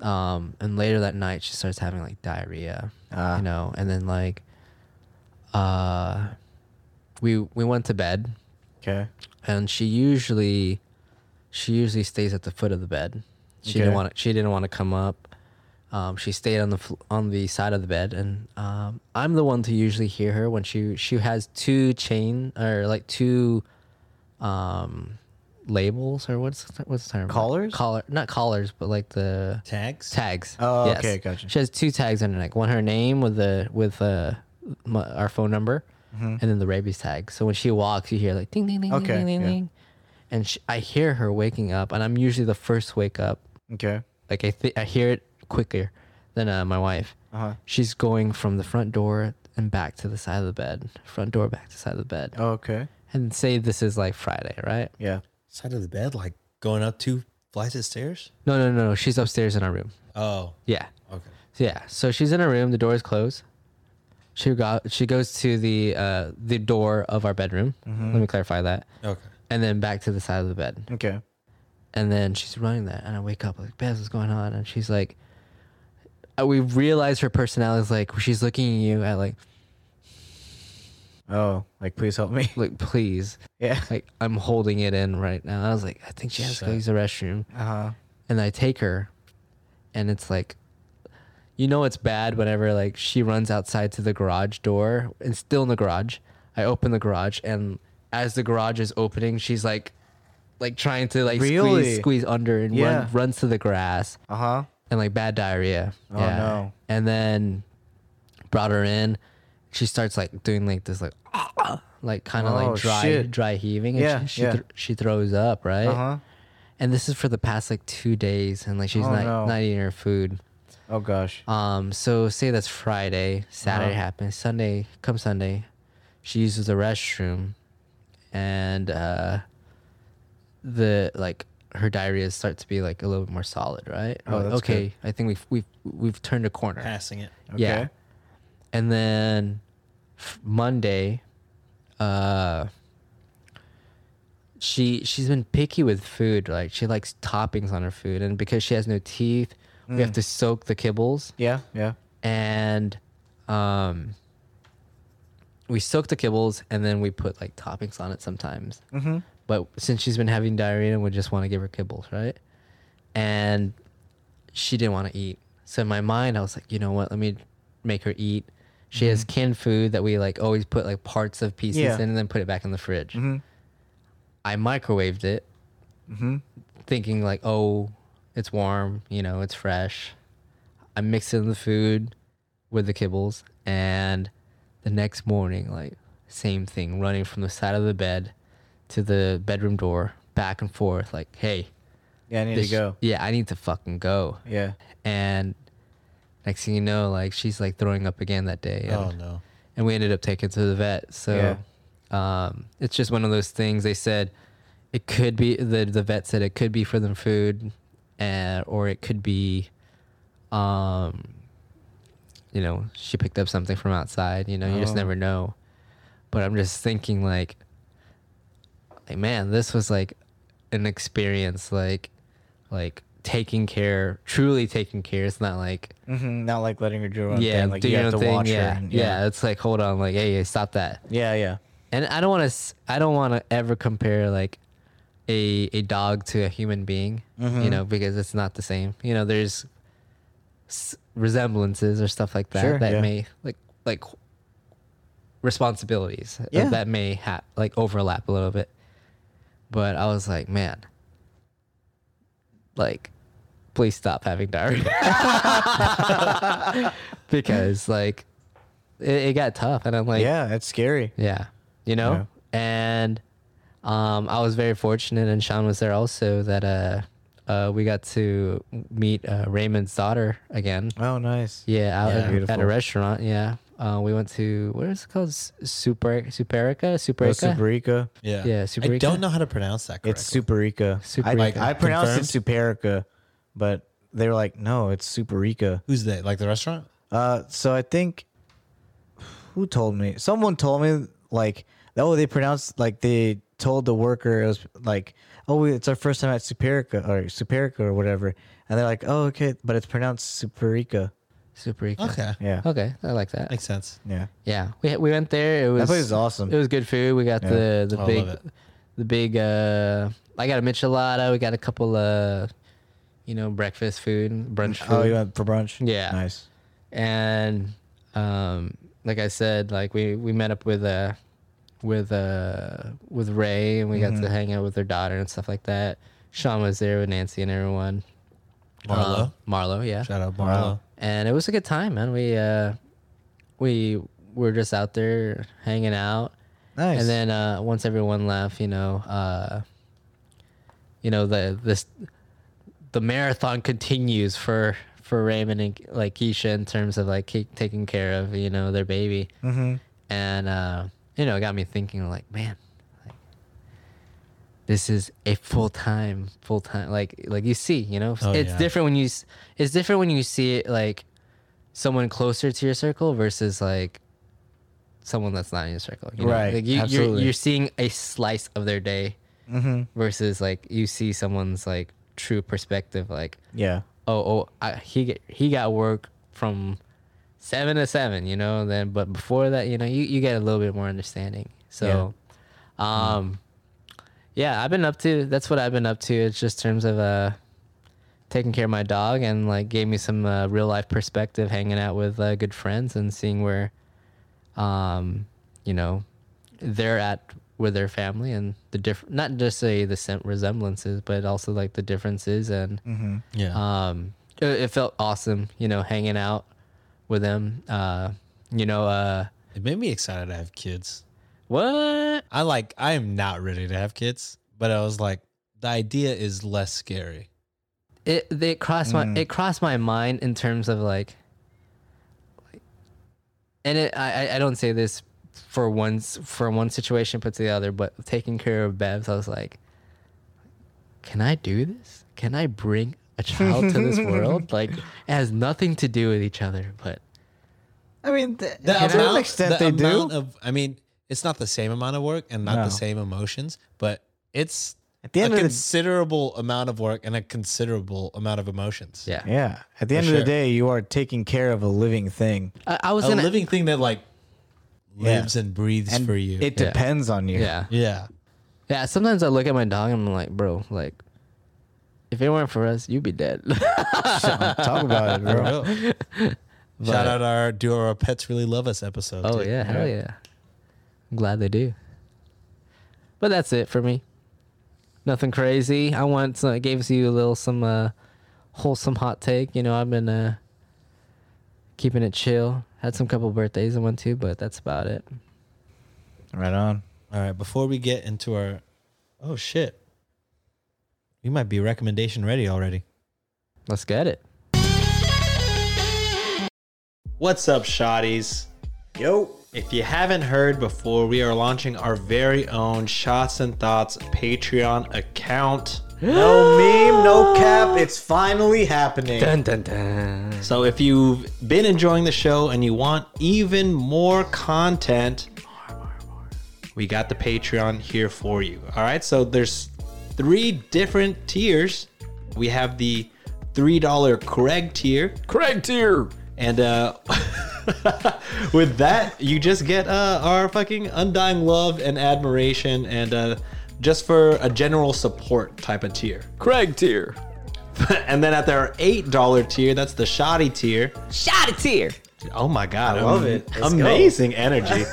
Speaker 9: Um, and later that night she starts having like diarrhea, you know, and then like, uh, we we went to bed,
Speaker 10: Okay,
Speaker 9: and she usually, she usually stays at the foot of the bed. She didn't
Speaker 10: Okay.
Speaker 9: want to, she didn't want to come up. Um, she stayed on the fl- on the side of the bed, and um, I'm the one to usually hear her when she she has two chain or like two um, labels or what's what's the term?
Speaker 10: Collars?
Speaker 9: Collar, not collars, but like the
Speaker 8: Tags.
Speaker 9: tags.
Speaker 10: Oh, okay, gotcha.
Speaker 9: She has two tags on her neck. One her name with the with uh, my, our phone number, and then the rabies tag. So when she walks, you hear like ding ding ding ding,
Speaker 10: Mm-hmm. Okay,
Speaker 9: ding ding
Speaker 10: yeah.
Speaker 9: ding, and she, I hear her waking up, and I'm usually the first to wake up.
Speaker 10: Okay.
Speaker 9: Like I th- I hear it quicker than uh, my wife.
Speaker 10: Uh-huh.
Speaker 9: She's going from the front door and back to the side of the bed. Front door back to side of the bed.
Speaker 10: Oh, Okay.
Speaker 9: And say this is like Friday, right?
Speaker 10: Yeah.
Speaker 8: Side of the bed, like going up two flights of stairs.
Speaker 9: No, no, no, no. She's upstairs in our room.
Speaker 8: Oh,
Speaker 9: Yeah.
Speaker 8: okay.
Speaker 9: Yeah. So she's in her room. The door is closed. She got. She goes to the uh, the door of our bedroom. Let me clarify that.
Speaker 8: Okay.
Speaker 9: And then back to the side of the bed.
Speaker 10: Okay.
Speaker 9: And then she's running that. And I wake up like, Bez, what's going on? And she's like, uh, we realize her personality is like she's looking at you at like
Speaker 10: Oh, like please help me.
Speaker 9: like please
Speaker 10: yeah.
Speaker 9: like I'm holding it in right now. And I was like, I think she has to go use the restroom.
Speaker 10: Uh huh.
Speaker 9: and I take her, and it's like, you know, it's bad whenever like she runs outside to the garage door and still in the garage. I open the garage, and as the garage is opening, she's like, like trying to like
Speaker 10: Really?
Speaker 9: squeeze squeeze under and
Speaker 10: Yeah.
Speaker 9: run, runs to the grass
Speaker 10: Uh huh.
Speaker 9: and like bad diarrhea.
Speaker 10: Oh, no.
Speaker 9: And then brought her in. She starts like doing like this like like kind of
Speaker 10: Oh,
Speaker 9: like dry
Speaker 10: shit.
Speaker 9: dry heaving and
Speaker 10: Yeah,
Speaker 9: she she,
Speaker 10: yeah.
Speaker 9: thr- she throws up, right?
Speaker 10: Uh huh.
Speaker 9: and this is for the past like two days and like she's
Speaker 10: Oh,
Speaker 9: not
Speaker 10: no.
Speaker 9: not eating her food
Speaker 10: Oh gosh.
Speaker 9: um so say that's friday saturday
Speaker 10: Uh-huh.
Speaker 9: happens sunday come sunday she uses the restroom and uh the like her diarrhea starts to be like a little bit more solid right
Speaker 10: Oh, that's
Speaker 9: okay i think we've we've we've turned a corner
Speaker 8: Passing it.
Speaker 9: yeah
Speaker 10: Okay.
Speaker 9: and then f- monday uh she she's been picky with food like she likes toppings on her food and because she has no teeth we
Speaker 10: Mm.
Speaker 9: have to soak the kibbles
Speaker 10: Yeah. Yeah.
Speaker 9: and um we soak the kibbles and then we put like toppings on it sometimes mm-hmm. but since she's been having diarrhea we just want to give her kibbles right and she didn't want to eat so in my mind i was like you know what let me make her eat she has canned food that we like always put like parts of pieces
Speaker 10: Yeah.
Speaker 9: in and then put it back in the fridge i microwaved it thinking like oh it's warm you know it's fresh I mixed in the food with the kibbles, and the next morning, like same thing, running from the side of the bed to the bedroom door, back and forth, like, hey,
Speaker 10: Yeah. I need
Speaker 9: this-
Speaker 10: to go.
Speaker 9: yeah, I need to fucking go.
Speaker 10: Yeah.
Speaker 9: And next thing you know, like she's like throwing up again that day, and,
Speaker 8: Oh no.
Speaker 9: and we ended up taking her to the vet. So um, it's just one of those things. They said it could be the the vet said it could be for the food, uh, or it could be, um, you know, she picked up something from outside. You know, you just
Speaker 10: Oh.
Speaker 9: never know. But I'm just thinking like, like man, this was like an experience, like, like taking care, truly taking care. It's not like
Speaker 10: hmm Not like letting her do her own
Speaker 9: yeah,
Speaker 10: thing. Like
Speaker 9: do
Speaker 10: you
Speaker 9: your
Speaker 10: have to
Speaker 9: own thing.
Speaker 10: watch
Speaker 9: Yeah,
Speaker 10: her. and-
Speaker 9: yeah, It's like hold on, like hey, hey, stop that.
Speaker 10: Yeah. Yeah.
Speaker 9: And I don't want to. I don't want to ever compare like a a dog to a human being.
Speaker 10: Mm-hmm.
Speaker 9: You know, because it's not the same. You know, there's s- resemblances or stuff like that
Speaker 10: Sure,
Speaker 9: that
Speaker 10: yeah.
Speaker 9: may like like responsibilities uh,
Speaker 10: Yeah.
Speaker 9: that may ha- like overlap a little bit. But I was like, man, like, please stop having diarrhea because like it, it got tough, and I'm like,
Speaker 10: yeah. It's scary.
Speaker 9: yeah. You know?
Speaker 10: Yeah.
Speaker 9: And um, I was very fortunate, and Sean was there also, that uh, uh, we got to meet uh, Raymond's daughter again.
Speaker 10: Oh, nice.
Speaker 9: Yeah, out
Speaker 8: Yeah.
Speaker 9: at- at,
Speaker 10: Beautiful.
Speaker 9: a restaurant. Yeah. Uh, we went to, what is it called? S- Super, Superica?
Speaker 10: Oh,
Speaker 9: Superica?
Speaker 10: Superica.
Speaker 8: Yeah.
Speaker 9: Yeah,
Speaker 8: I
Speaker 9: Superica?
Speaker 8: don't know how to pronounce that. Correctly.
Speaker 10: It's Superica.
Speaker 9: Superica.
Speaker 10: I,
Speaker 9: Like,
Speaker 10: I pronounced it Superica, but they were like, no, it's Superica.
Speaker 8: Who's they? Like the restaurant?
Speaker 10: Uh, so I think who told me? Someone told me like, oh, they pronounced like they told the worker it was like, oh, we- it's our first time at Superica or Superica or whatever, and they're like, oh, okay, but it's pronounced Superica.
Speaker 9: Superica.
Speaker 8: Okay.
Speaker 10: Yeah,
Speaker 9: Okay, I like that.
Speaker 8: Makes sense.
Speaker 10: yeah.
Speaker 9: Yeah, we we went there. It was
Speaker 10: place is awesome.
Speaker 9: It was good food. We got the the
Speaker 8: I
Speaker 9: big,
Speaker 8: love it.
Speaker 9: the big. uh I got a michelada. We got a couple of, you know, breakfast food, brunch food,
Speaker 10: Oh, you went for brunch?
Speaker 9: Yeah.
Speaker 10: nice.
Speaker 9: and um, like I said, like we we met up with uh, with uh with Ray, and we got to hang out with her daughter and stuff like that. Sean was there with Nancy and everyone.
Speaker 8: Marlo.
Speaker 9: Uh, Marlo, yeah.
Speaker 8: Shout out Marlo.
Speaker 9: and it was a good time, man. We uh, we were just out there hanging out,
Speaker 10: Nice.
Speaker 9: and then uh, once everyone left, you know, uh, you know the this the marathon continues for for Raymond and like Keisha in terms of like ke- taking care of you know their baby, mm-hmm. and uh, you know, it got me thinking like, man, this is a full time, full time. Like like you see, you know,
Speaker 8: Oh,
Speaker 9: it's
Speaker 8: yeah.
Speaker 9: different when you s- it's different when you see it like someone closer to your circle versus like someone that's not in your circle. you know?
Speaker 10: Right,
Speaker 9: Like you, you're
Speaker 10: absolutely. Mm-hmm.
Speaker 9: you're seeing a slice of their day versus like you see someone's like true perspective. Like
Speaker 10: yeah.
Speaker 9: oh oh I, he get, he got work from seven to seven, you know. Then but before that, you know, you, you get a little bit more understanding. So, um, yeah, I've been up to that's what I've been up to. It's just terms of uh taking care of my dog and like gave me some uh, real life perspective, hanging out with uh, good friends and seeing where, um, you know, they're at with their family and the different not just say the sem- resemblances but also like the differences and
Speaker 8: Yeah.
Speaker 9: um it, it felt awesome you know hanging out with them uh you know uh
Speaker 8: it made me excited to have kids.
Speaker 9: what
Speaker 8: I like I am not ready to have kids, but I was like the idea is less scary.
Speaker 9: it they crossed my it crossed my mind in terms of like and it, I I- I don't say this for once for one situation but to the other but taking care of Bevs I was like can I do this can I bring a child to this world like it has nothing to do with each other but
Speaker 10: I mean, th-
Speaker 8: The
Speaker 10: to
Speaker 8: amount-
Speaker 10: an extent
Speaker 8: the
Speaker 10: they do.
Speaker 8: amount Of, I mean, it's not the same amount of work and not
Speaker 10: No.
Speaker 8: the same emotions, but it's
Speaker 10: At the end
Speaker 8: a
Speaker 10: of the-
Speaker 8: considerable amount of work and a considerable amount of emotions.
Speaker 9: yeah
Speaker 10: yeah. At the end of
Speaker 8: sure.
Speaker 10: the day, you are taking care of a living thing,
Speaker 9: I, I was
Speaker 8: A
Speaker 9: gonna
Speaker 8: living thing that like
Speaker 10: Yeah.
Speaker 8: lives and breathes
Speaker 10: and
Speaker 8: for you.
Speaker 10: it
Speaker 9: Yeah.
Speaker 10: depends on you.
Speaker 9: yeah
Speaker 8: yeah.
Speaker 9: Yeah, sometimes I look at my dog and I'm like, bro, like, if it weren't for us, you'd be dead.
Speaker 10: Talk about it, bro.
Speaker 8: Real. Shout out our Do Our Pets Really Love Us episode.
Speaker 9: oh
Speaker 8: dude.
Speaker 9: yeah, hell yeah. I'm glad they do. But that's it for me. Nothing crazy. I want to, gave you a little some uh, wholesome hot take. You know, I've been uh, keeping it chill. Had some couple birthdays I went to, but that's about it.
Speaker 10: Right on.
Speaker 8: All right, before we get into our oh shit. We might be recommendation ready already.
Speaker 9: Let's get it.
Speaker 8: What's up, shotties?
Speaker 10: Yo.
Speaker 8: If you haven't heard before, we are launching our very own Shots and Thoughts Patreon account.
Speaker 10: No meme, no cap. It's finally happening.
Speaker 9: Dun dun dun.
Speaker 8: So if you've been enjoying the show and you want even more content, we got the Patreon here for you. All right, so there's three different tiers. We have the $3 Craig tier.
Speaker 7: Craig Tier.
Speaker 8: And uh, with that, you just get uh, our fucking undying love and admiration, and uh, just for a general support type of tier.
Speaker 7: Craig Tier.
Speaker 8: and then at their eight dollar tier, that's the shoddy tier.
Speaker 9: Shot it here.
Speaker 8: Oh my god, I
Speaker 10: love it. Let's go.
Speaker 8: amazing energy.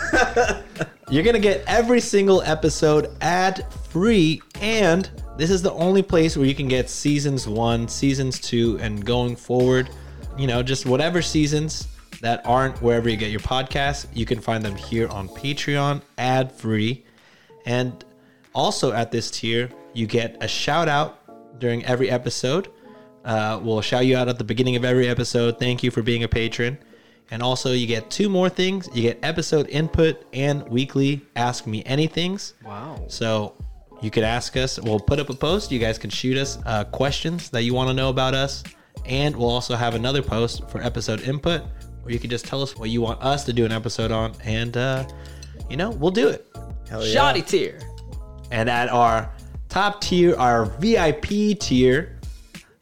Speaker 8: You're gonna get every single episode ad free, and this is the only place where you can get seasons one, seasons two, and going forward. You know, just whatever seasons that aren't wherever you get your podcasts, you can find them here on Patreon ad free. And also at this tier, you get a shout out during every episode. Uh, we'll shout you out at the beginning of every episode. Thank you for being a patron. And also, you get two more things you get episode input and weekly Ask Me Anythings. Wow. So you could ask us, we'll put up a post. You guys can shoot us uh, questions that you want to know about us. And we'll also have another post for episode input where you can just tell us what you want us to do an episode on. And, uh, you know, we'll do it.
Speaker 9: Shoddy tier.
Speaker 8: And at our top tier, our VIP tier,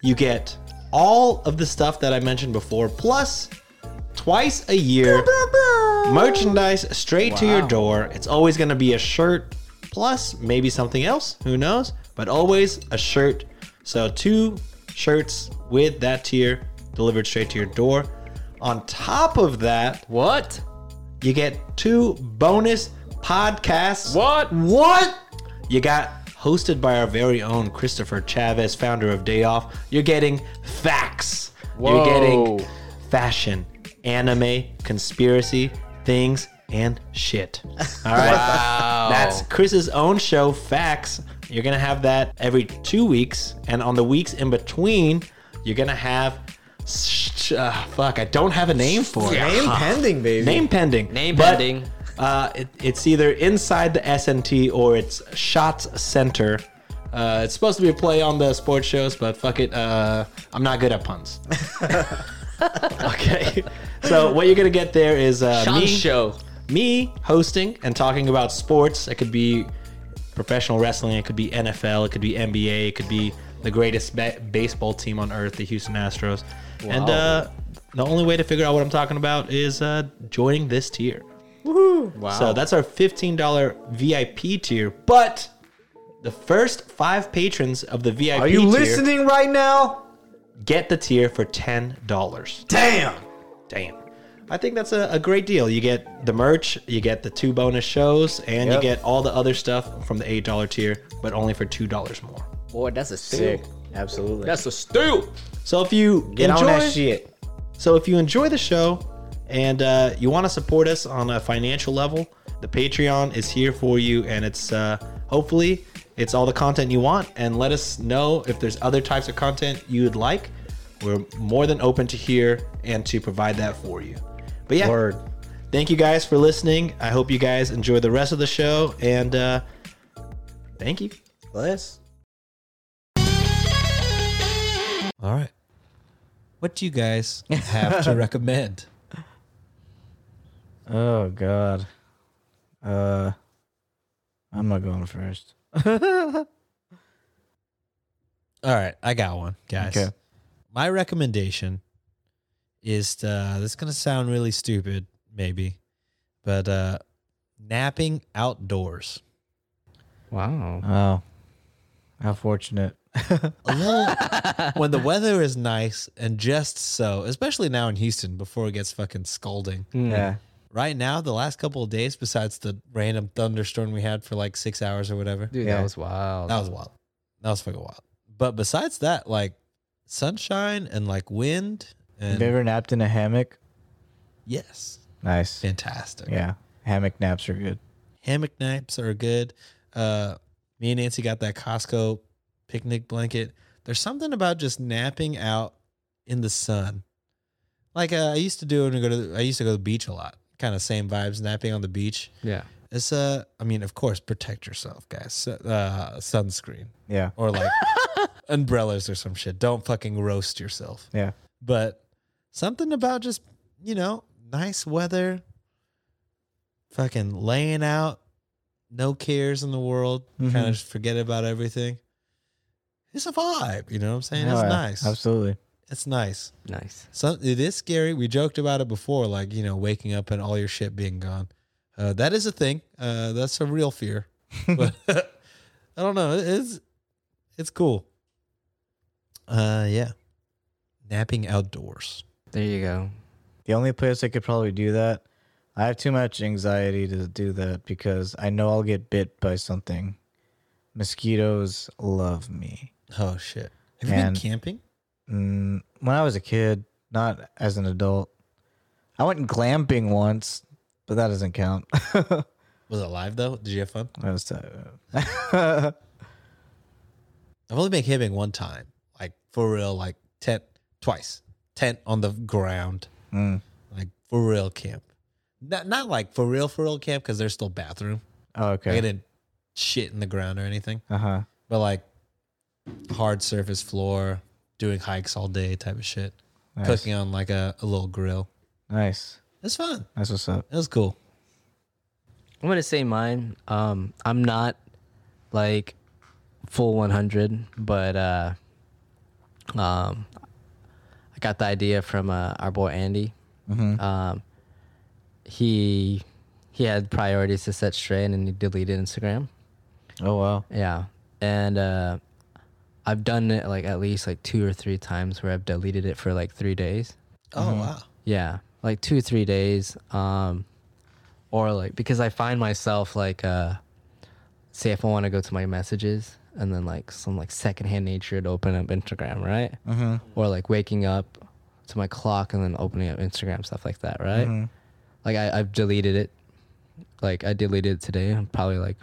Speaker 8: you get all of the stuff that I mentioned before, plus twice a year merchandise straight to your door. It's always going to be a shirt, plus maybe something else. Who knows? But always a shirt. So two shirts with that tier delivered straight to your door. On top of that,
Speaker 9: What?
Speaker 8: you get two bonus podcast.
Speaker 7: What?
Speaker 8: What? You got hosted by our very own Christopher Chavez, founder of Day Off. You're getting facts. You're getting
Speaker 7: Whoa.
Speaker 8: fashion, anime, conspiracy, things, and shit. All right. That's Chris's own show, Facts. You're going to have that every two weeks. And on the weeks in between, you're going to have. sh- Uh, fuck, I don't have a name for it.
Speaker 10: Name pending, baby.
Speaker 8: Name pending.
Speaker 9: Name
Speaker 8: But,
Speaker 9: pending.
Speaker 8: Uh, it, it's either inside the SNT or it's Shots Center. Uh, it's supposed to be a play on the sports shows, but fuck it. Uh, I'm not good at puns. okay. So what you're gonna get there is uh,
Speaker 9: Sean's
Speaker 8: me,
Speaker 9: show.
Speaker 8: me hosting and talking about sports. It could be professional wrestling. It could be NFL. It could be NBA. It could be the greatest ba- baseball team on earth, the Houston Astros. And uh, the only way to figure out what I'm talking about is uh, joining this tier. Wow. So that's our $15 VIP tier. But the first five patrons of the VIP
Speaker 10: Are you
Speaker 8: tier
Speaker 10: listening right now?
Speaker 8: get the tier for $10.
Speaker 10: Damn.
Speaker 8: Damn. I think that's a, a great deal. You get the merch, you get the two bonus shows, and
Speaker 10: Yep.
Speaker 8: you get all the other stuff from the $8 tier, but only for $2 more.
Speaker 9: Boy, that's a steal.
Speaker 10: Sick. Absolutely.
Speaker 9: That's a steal.
Speaker 8: So if you
Speaker 10: Get
Speaker 8: enjoy,
Speaker 10: on that shit.
Speaker 8: so if you enjoy the show and uh, you want to support us on a financial level, the Patreon is here for you, and it's uh, hopefully it's all the content you want. And let us know if there's other types of content you'd like. We're more than open to hear and to provide that for you. But yeah,
Speaker 10: Word.
Speaker 8: thank you guys for listening. I hope you guys enjoy the rest of the show, and uh, thank you.
Speaker 10: Bless.
Speaker 8: All right. What do you guys have to recommend?
Speaker 10: Oh God. Uh, I'm not going first.
Speaker 8: All right, I got one, guys.
Speaker 10: Okay.
Speaker 8: My recommendation is to, this is going to sound really stupid, maybe, but uh, napping outdoors.
Speaker 9: Wow.
Speaker 10: Oh, how fortunate.
Speaker 8: A little, when the weather is nice and just so, especially now in Houston before it gets fucking scalding.
Speaker 9: Mm.
Speaker 10: Yeah.
Speaker 8: Right now, the last couple of days, besides the random thunderstorm we had for like six hours or whatever,
Speaker 9: Dude,
Speaker 10: Yeah.
Speaker 9: that was wild.
Speaker 8: that was wild. That was fucking wild. But besides that, like sunshine and like wind
Speaker 10: Have
Speaker 8: and
Speaker 10: you ever napped in a hammock?
Speaker 8: yes,
Speaker 10: Nice.
Speaker 8: fantastic.
Speaker 10: Yeah. Hammock naps are good.
Speaker 8: hammock naps are good. Uh, me and Nancy got that Costco picnic blanket. There's something about just napping out in the sun. Like uh, I used to do when we go to the, I used to go to the beach a lot. Kind of same vibes, napping on the beach.
Speaker 9: Yeah.
Speaker 8: It's uh, I mean, of course, protect yourself, guys. Su- Uh, sunscreen
Speaker 10: Yeah.
Speaker 8: or like umbrellas or some shit. Don't fucking roast yourself.
Speaker 10: Yeah.
Speaker 8: But something about just you know nice weather, fucking laying out, no cares in the world, kind
Speaker 10: Mhm.
Speaker 8: of just forget about everything. It's a vibe, you know what I'm saying?
Speaker 10: Oh,
Speaker 8: it's
Speaker 10: yeah.
Speaker 8: nice.
Speaker 10: Absolutely.
Speaker 8: It's nice.
Speaker 9: Nice.
Speaker 8: So it is scary. We joked about it before, like you know, waking up and all your shit being gone. Uh, that is a thing. Uh, that's a real fear. But I don't know. It's it's cool. Uh, yeah, napping outdoors.
Speaker 9: There you go.
Speaker 10: The only place I could probably do that, I have too much anxiety to do that because I know I'll get bit by something. Mosquitoes love me.
Speaker 8: Oh shit! Have you been
Speaker 10: And-
Speaker 8: camping?
Speaker 10: Mm, when I was a kid, not as an adult. I went glamping once, but that doesn't count. that
Speaker 8: Was it live though? Did you have fun?
Speaker 10: was uh, tough.
Speaker 8: I've only been camping one time, like for real, like tent twice, tent on the ground,
Speaker 10: Mm.
Speaker 8: like for real camp. Not not like for real for real camp because there's still bathroom.
Speaker 10: Oh,
Speaker 8: Like I
Speaker 10: okay.
Speaker 8: didn't shit in the ground or anything,
Speaker 10: Uh huh.
Speaker 8: but like hard surface floor, doing hikes all day type of shit,
Speaker 10: Nice.
Speaker 8: cooking on like a, a little grill.
Speaker 10: Nice.
Speaker 8: It was fun.
Speaker 10: That's what's up.
Speaker 8: It was cool.
Speaker 9: I'm gonna say mine. Um, I'm not like full 100, but uh, um, I got the idea from uh, our boy Andy. Um, he he had priorities to set straight, and then he deleted Instagram.
Speaker 10: Oh wow.
Speaker 9: Yeah, and uh, I've done it like at least like two or three times where I've deleted it for like three days.
Speaker 8: Oh wow.
Speaker 9: Yeah, like two or three days. Um, or like because I find myself like uh say if I want to go to my messages and then like some like secondhand nature to open up Instagram, right?
Speaker 10: Mm-hmm.
Speaker 9: Or like waking up to my clock and then opening up Instagram stuff like that, right?
Speaker 10: Mm-hmm.
Speaker 9: Like I, I've deleted it. Like I deleted it today. I'm probably like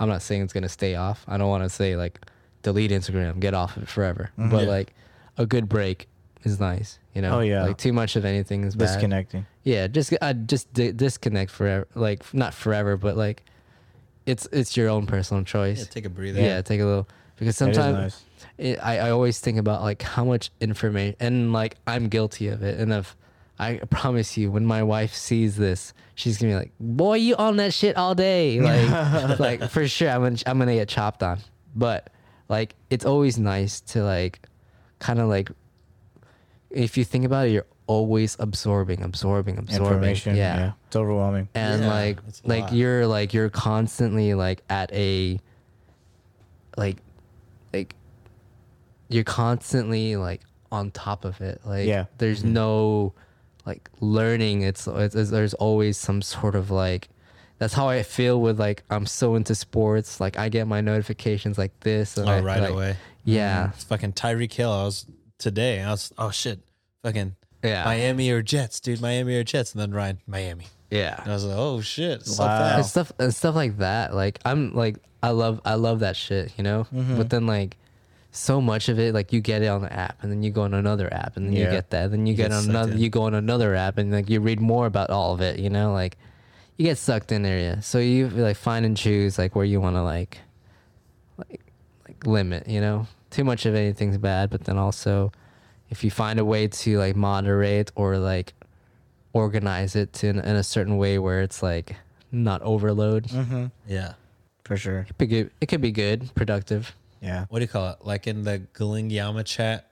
Speaker 9: I'm not saying it's gonna stay off. I don't want to say like delete Instagram, get off of it forever. But like a good break is nice, you know.
Speaker 10: Mm-hmm. Oh, yeah.
Speaker 9: Like too much of anything is bad.
Speaker 10: Disconnecting.
Speaker 9: Yeah, just I just di- disconnect forever. Like f- not forever, but like it's it's your own personal choice.
Speaker 8: Yeah, take a breather.
Speaker 9: Yeah, take a little because
Speaker 10: That is
Speaker 9: sometimes
Speaker 10: nice.
Speaker 9: it, I I always think about like how much information and like I'm guilty of it. And if I promise you, when my wife sees this, she's gonna be like, "Boy, you on that shit all day!" Like like for sure, I'm gonna I'm gonna get chopped on. But like it's always nice to like kind of like if you think about it, you're always absorbing, absorbing, absorbing.
Speaker 10: Information. Yeah.
Speaker 9: yeah
Speaker 10: It's overwhelming.
Speaker 9: and
Speaker 8: Yeah,
Speaker 9: like
Speaker 8: it's a
Speaker 9: like
Speaker 8: lot.
Speaker 9: you're like you're constantly like at a like like you're constantly like on top of it like
Speaker 10: Yeah.
Speaker 9: there's
Speaker 8: Mm-hmm.
Speaker 9: no like learning it's, it's, it's- there's always some sort of like that's how I feel with like I'm so into sports like I get my notifications like this and
Speaker 8: Oh,
Speaker 9: I,
Speaker 8: right
Speaker 9: like-
Speaker 8: away. Mm-hmm.
Speaker 9: yeah
Speaker 8: It's fucking Tyreek Hill. I was today. I was oh shit, fucking
Speaker 9: Yeah.
Speaker 8: Miami or Jets, dude. Miami or Jets, and then Ryan Miami.
Speaker 9: yeah
Speaker 8: And I was like, oh shit, so
Speaker 10: Wow.
Speaker 9: and
Speaker 8: fast.
Speaker 9: stuff and stuff like that. Like I'm like I love I love that shit, you know.
Speaker 8: Mm-hmm.
Speaker 9: But then like so much of it, like you get it on the app, and then you go on another app, and then you
Speaker 10: Yeah.
Speaker 9: get that, then you, get,
Speaker 8: get
Speaker 9: on
Speaker 8: sucked
Speaker 9: another,
Speaker 8: in.
Speaker 9: you go on another app, and like you read more about all of it, you know. Like you get sucked in there, yeah. So you like find and choose like where you want to like like like limit, you know. Too much of anything's bad, but then also if you find a way to like moderate or like organize it to in, in a certain way where it's like not overload.
Speaker 8: Mm-hmm. Yeah.
Speaker 10: For sure.
Speaker 9: It, could be, it could be good, productive.
Speaker 10: Yeah.
Speaker 8: What do you call it? Like in the Galingyama chat,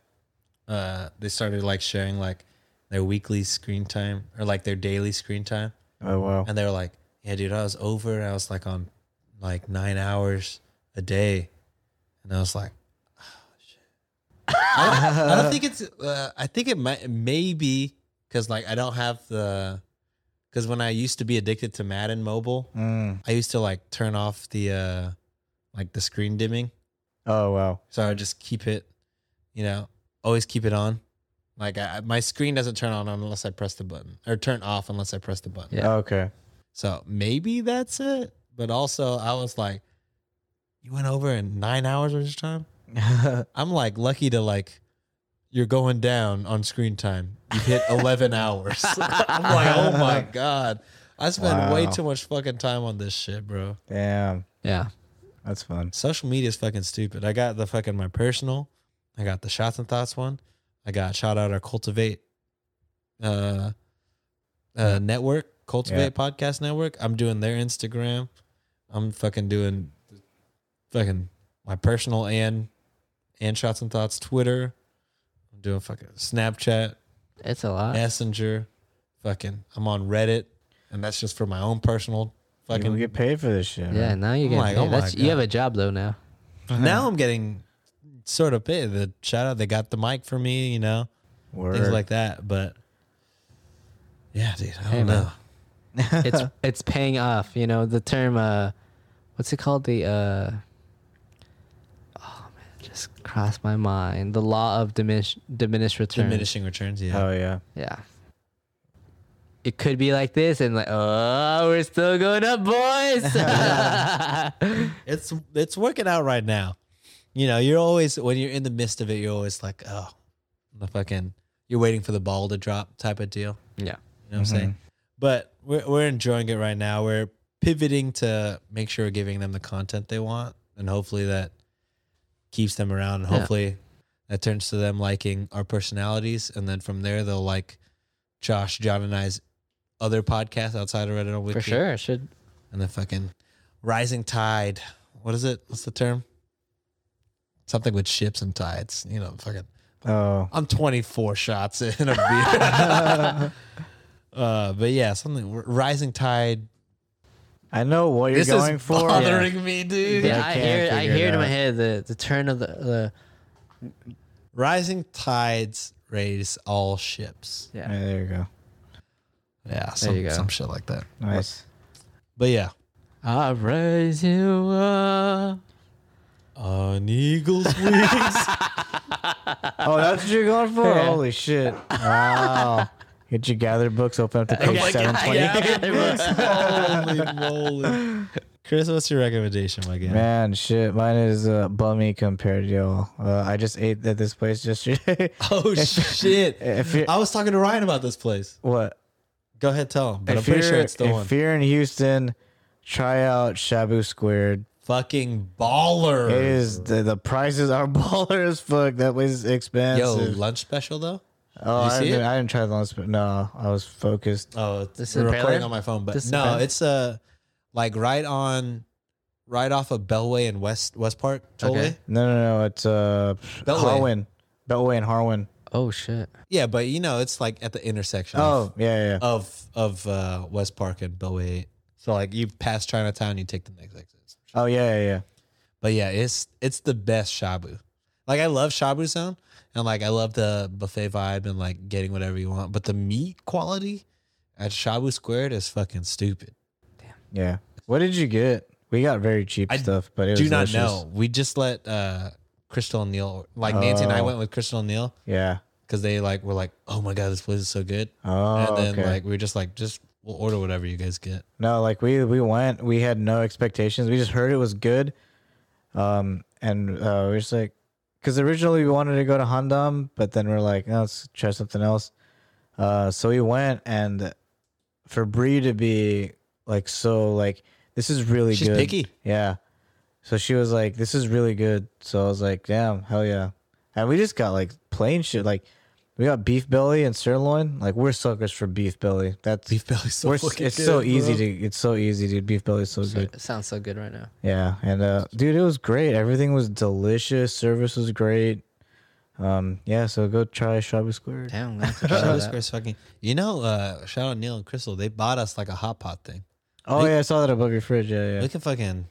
Speaker 8: uh, they started like sharing like their weekly screen time or like their daily screen time.
Speaker 10: Oh wow.
Speaker 8: And they were like, Yeah, dude, I was over I was like on like nine hours a day. And I was like, oh, shit. I, don't, I don't think it's, uh, I think it might, maybe because like I don't have the, because when I used to be addicted to Madden mobile,
Speaker 10: Mm.
Speaker 8: I used to like turn off the, uh, like the screen dimming.
Speaker 10: Oh wow.
Speaker 8: So I would just keep it, you know, always keep it on. Like I, my screen doesn't turn on unless I press the button or turn off unless I press the button.
Speaker 9: Yeah.
Speaker 10: Okay.
Speaker 8: So maybe that's it. But also, I was like, you went over in nine hours of your time. I'm like lucky to like, you're going down on screen time. You hit 11 hours. I'm like, oh my god, I spend way
Speaker 10: Wow.
Speaker 8: too much fucking time on this shit, bro.
Speaker 10: Damn.
Speaker 9: Yeah.
Speaker 10: That's fun.
Speaker 8: Social media is fucking stupid. I got the fucking my personal. I got the shots and thoughts one. I got shout out our cultivate, uh, uh network cultivate podcast network. I'm doing their Instagram. I'm fucking doing, fucking my personal and and shots and thoughts Twitter. I'm doing fucking Snapchat,
Speaker 9: It's a lot.
Speaker 8: Messenger, fucking. I'm on Reddit, and that's just for my own personal
Speaker 10: People
Speaker 8: fucking.
Speaker 10: get paid for this shit.
Speaker 9: Yeah.
Speaker 10: man.
Speaker 9: Now you
Speaker 8: I'm
Speaker 9: get
Speaker 8: like, oh my
Speaker 9: that's, you
Speaker 8: God.
Speaker 9: have a job though now.
Speaker 8: now I'm getting sort of paid. The shout out, they got the mic for me, you know,
Speaker 10: Word.
Speaker 8: things like that. But yeah, dude, I don't
Speaker 9: Hey, man.
Speaker 8: know.
Speaker 9: It's it's paying off. You know the term. Uh, what's it called? The uh. Oh man, it just crossed my mind. The law of diminish diminished returns.
Speaker 8: Diminishing returns, yeah.
Speaker 10: Oh yeah.
Speaker 9: Yeah. It could be like this, and like, oh, we're still going up, boys.
Speaker 8: It's it's working out right now. You know, you're always when you're in the midst of it, you're always like, oh, the fucking, you're waiting for the ball to drop type of deal.
Speaker 9: yeah.
Speaker 8: You know what I'm saying?
Speaker 9: Mm-hmm.
Speaker 8: But we're we're enjoying it right now. We're pivoting to make sure we're giving them the content they want, and hopefully that keeps them around. And
Speaker 9: Yeah.
Speaker 8: hopefully that turns to them liking our personalities, and then from there they'll like Josh, John, and I's other podcasts outside of Reddit on Wiki,
Speaker 9: For sure. it Should
Speaker 8: and the fucking rising tide. What is it? What's the term? Something with ships and tides. You know, fucking.
Speaker 10: Oh.
Speaker 8: I'm 24 shots in a beer. uh, but yeah, something rising tide.
Speaker 10: I know what you're
Speaker 8: this
Speaker 10: going
Speaker 8: is
Speaker 10: for.
Speaker 8: bothering me, dude.
Speaker 9: Yeah,
Speaker 10: Yeah, I
Speaker 9: I
Speaker 10: can't
Speaker 9: hear it. I
Speaker 10: figure it
Speaker 9: hear it in my
Speaker 10: out.
Speaker 9: head. The the turn of the, the
Speaker 8: Rising tides raise all ships.
Speaker 10: Yeah, there you go.
Speaker 8: Yeah, some,
Speaker 9: you go.
Speaker 8: some shit like that.
Speaker 10: Nice.
Speaker 8: But yeah,
Speaker 9: I raise you up.
Speaker 8: on eagle's wings.
Speaker 10: Oh, that's what you're going for?
Speaker 9: Yeah.
Speaker 10: Holy shit. Wow. Get your gather books, open
Speaker 8: Oh
Speaker 10: up to page 720.
Speaker 8: Holy moly! Chris, what's your recommendation, my guy?
Speaker 10: Man, shit. Mine is uh, bummy compared to y'all. Uh, I just ate at this place yesterday.
Speaker 8: Oh shit!
Speaker 10: if you're,
Speaker 8: I was talking to Ryan about this place.
Speaker 10: what?
Speaker 8: Go ahead, tell him. But
Speaker 10: if
Speaker 8: I'm pretty
Speaker 10: you're-
Speaker 8: sure it's the
Speaker 10: if
Speaker 8: one.
Speaker 10: you're in Houston, try out Shabu Squared.
Speaker 8: Fucking
Speaker 10: It
Speaker 8: baller.
Speaker 10: is the, the prices are baller as fuck. That place is
Speaker 8: Yo,
Speaker 10: expensive.
Speaker 8: lunch special though.
Speaker 10: oh,
Speaker 8: you
Speaker 10: I,
Speaker 8: see
Speaker 10: didn't,
Speaker 8: it?
Speaker 10: I didn't try the lunch, but no, I was focused.
Speaker 8: Oh, it's
Speaker 9: This is
Speaker 8: we're
Speaker 9: a
Speaker 8: recording
Speaker 9: trailer?
Speaker 8: on my phone, but
Speaker 9: This is a
Speaker 8: no,
Speaker 9: trailer?
Speaker 8: it's uh like right on, right off of Bellway and West West Park. Tollway.
Speaker 9: Okay.
Speaker 10: No, no, no. It's uh,
Speaker 8: Beltway.
Speaker 10: Harwin. Beltway and Harwin.
Speaker 9: Oh shit.
Speaker 8: Yeah, but you know it's like at the intersection.
Speaker 10: Oh, yeah, yeah, yeah.
Speaker 8: Of of uh, West Park and Bellway. So like you pass Chinatown, you take the next exit.
Speaker 10: Oh, yeah, yeah, yeah.
Speaker 8: But yeah, it's it's the best shabu. Like I love shabu sound and like I love the buffet vibe and like getting whatever you want. But the meat quality at Shabu Squared is fucking stupid.
Speaker 10: Yeah. What did you get? We got very cheap
Speaker 8: I
Speaker 10: stuff, but it was
Speaker 8: Do not
Speaker 10: delicious.
Speaker 8: know. We just let uh Crystal and Neil like Nancy and I
Speaker 10: Oh.
Speaker 8: went with Crystal and Neil
Speaker 10: Yeah.
Speaker 8: because they like were like, Oh my god, this place is so good.
Speaker 10: Oh,
Speaker 8: and then
Speaker 10: okay.
Speaker 8: like we were just like, just we'll order whatever you guys get.
Speaker 10: no, like we we went. We had no expectations. We just heard it was good, um, and uh, we are just like, because originally we wanted to go to Handam, but then we're like, no, let's try something else. Uh, so we went, and for Bree to be like so, like this is really
Speaker 8: She's
Speaker 10: good.
Speaker 8: picky.
Speaker 10: Yeah. So she was like, "This is really good." So I was like, "Damn, hell yeah!" And we just got like plain shit. Like we got beef belly and sirloin. Like we're suckers for beef belly. That's
Speaker 8: Beef belly's so
Speaker 10: we're,
Speaker 8: fucking
Speaker 10: it's
Speaker 8: good,
Speaker 10: so
Speaker 8: bro.
Speaker 10: easy to it's so easy, dude. Beef belly is so good.
Speaker 9: It sounds so good right now.
Speaker 10: Yeah, and uh, dude, it was great. Everything was delicious. Service was great. Um, yeah. So go try Shabu Square.
Speaker 9: Damn. I'm gonna have to try
Speaker 8: Shabu
Speaker 9: that.
Speaker 8: Squared's fucking you know, uh shout out Neil and Crystal, they bought us like a hot pot thing.
Speaker 10: Oh yeah, I saw that above your fridge. Yeah, yeah.
Speaker 8: We can fucking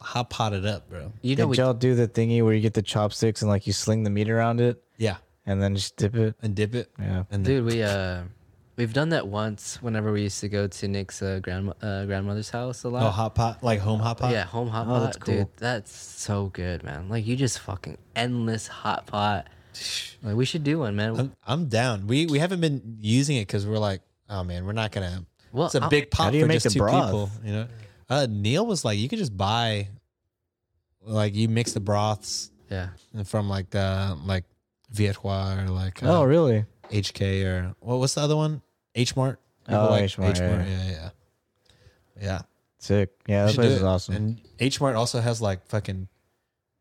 Speaker 8: hot pot it up, bro.
Speaker 9: You know
Speaker 10: Did
Speaker 9: we
Speaker 10: y'all do the thingy where you get the chopsticks and like you sling the meat around it
Speaker 8: Yeah.
Speaker 10: and then just dip it?
Speaker 8: And dip it.
Speaker 10: Yeah.
Speaker 8: And then
Speaker 9: Dude, we uh, we've done that once. Whenever we used to go to Nick's uh, grandma uh, grandmother's house a lot.
Speaker 8: oh hot pot, like home hot pot.
Speaker 9: Yeah, home hot
Speaker 10: Oh,
Speaker 9: pot,
Speaker 10: that's
Speaker 9: dude.
Speaker 10: cool.
Speaker 9: That's so good, man. Like you just fucking endless hot pot. Like we should do one, man.
Speaker 8: I'm, I'm down. We we haven't been using it because we're like, oh man, we're not gonna.
Speaker 9: Well,
Speaker 8: it's a
Speaker 9: I'll-
Speaker 8: big pot
Speaker 10: How do you
Speaker 8: for
Speaker 10: make
Speaker 8: just
Speaker 10: the
Speaker 8: two
Speaker 10: broth?
Speaker 8: people. You know, uh, Neil was like, you could just buy, like you mix the broths
Speaker 9: yeah,
Speaker 8: from like the like Viethois or like uh,
Speaker 10: Oh really?
Speaker 8: HK or what? What's the other one? H Mart.
Speaker 10: Oh, H Mart,
Speaker 8: Yeah,
Speaker 10: yeah.
Speaker 8: yeah, yeah. Yeah,
Speaker 10: Sick. Yeah,
Speaker 8: we
Speaker 10: that
Speaker 8: should
Speaker 10: place
Speaker 8: do
Speaker 10: is
Speaker 8: it.
Speaker 10: awesome.
Speaker 8: And H Mart also has like fucking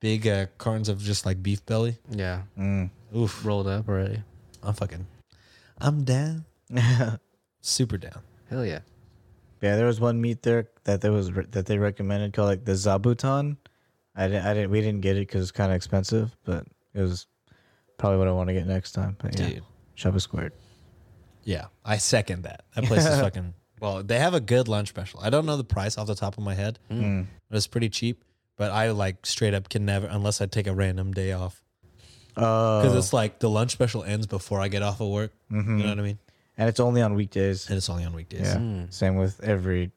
Speaker 8: big uh, cartons of just like beef belly.
Speaker 9: yeah.
Speaker 10: Mm.
Speaker 8: Oof.
Speaker 9: Rolled up already.
Speaker 8: I'm fucking, I'm down.
Speaker 10: Mm.
Speaker 8: Super down.
Speaker 9: Hell yeah.
Speaker 10: Yeah, there was one meat there that there was that they recommended called like the zabuton. I didn't, I didn't, we didn't get it because it's kind of expensive, but it was probably what I want to get next time. But yeah,
Speaker 8: Dude.
Speaker 10: Shoppa Squared.
Speaker 8: Yeah, I second that. That place is fucking. Well, they have a good lunch special. I don't know the price off the top of my head,
Speaker 10: Mm.
Speaker 8: but it's pretty cheap. But I like straight up can never unless I take a random day off because
Speaker 10: Oh,
Speaker 8: it's like the lunch special ends before I get off of work. You know what I mean?
Speaker 10: Uh, and it's only on weekdays.
Speaker 8: And it's only on weekdays.
Speaker 10: Yeah, same with every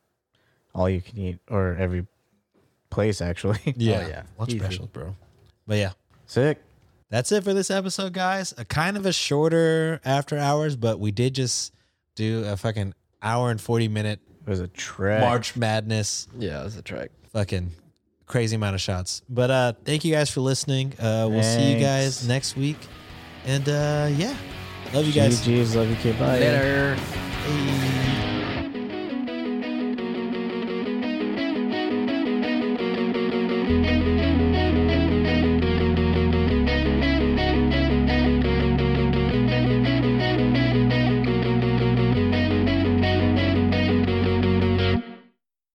Speaker 10: all you can eat or every place actually.
Speaker 8: yeah,
Speaker 9: Oh, yeah.
Speaker 8: Lunch
Speaker 9: Easy.
Speaker 8: specials, bro. But yeah,
Speaker 10: Sick.
Speaker 8: that's it for this episode, guys. A kind of a shorter after hours, but we did just do a fucking hour and forty minute
Speaker 10: It was a trap.
Speaker 8: March Madness.
Speaker 9: Yeah, that was a track.
Speaker 8: fucking crazy amount of shots. But uh thank you guys for listening. Uh we'll see you
Speaker 10: Thanks.
Speaker 8: guys next week. And uh yeah. Love you guys.
Speaker 10: GGs, love you, kid. Bye.
Speaker 9: Later.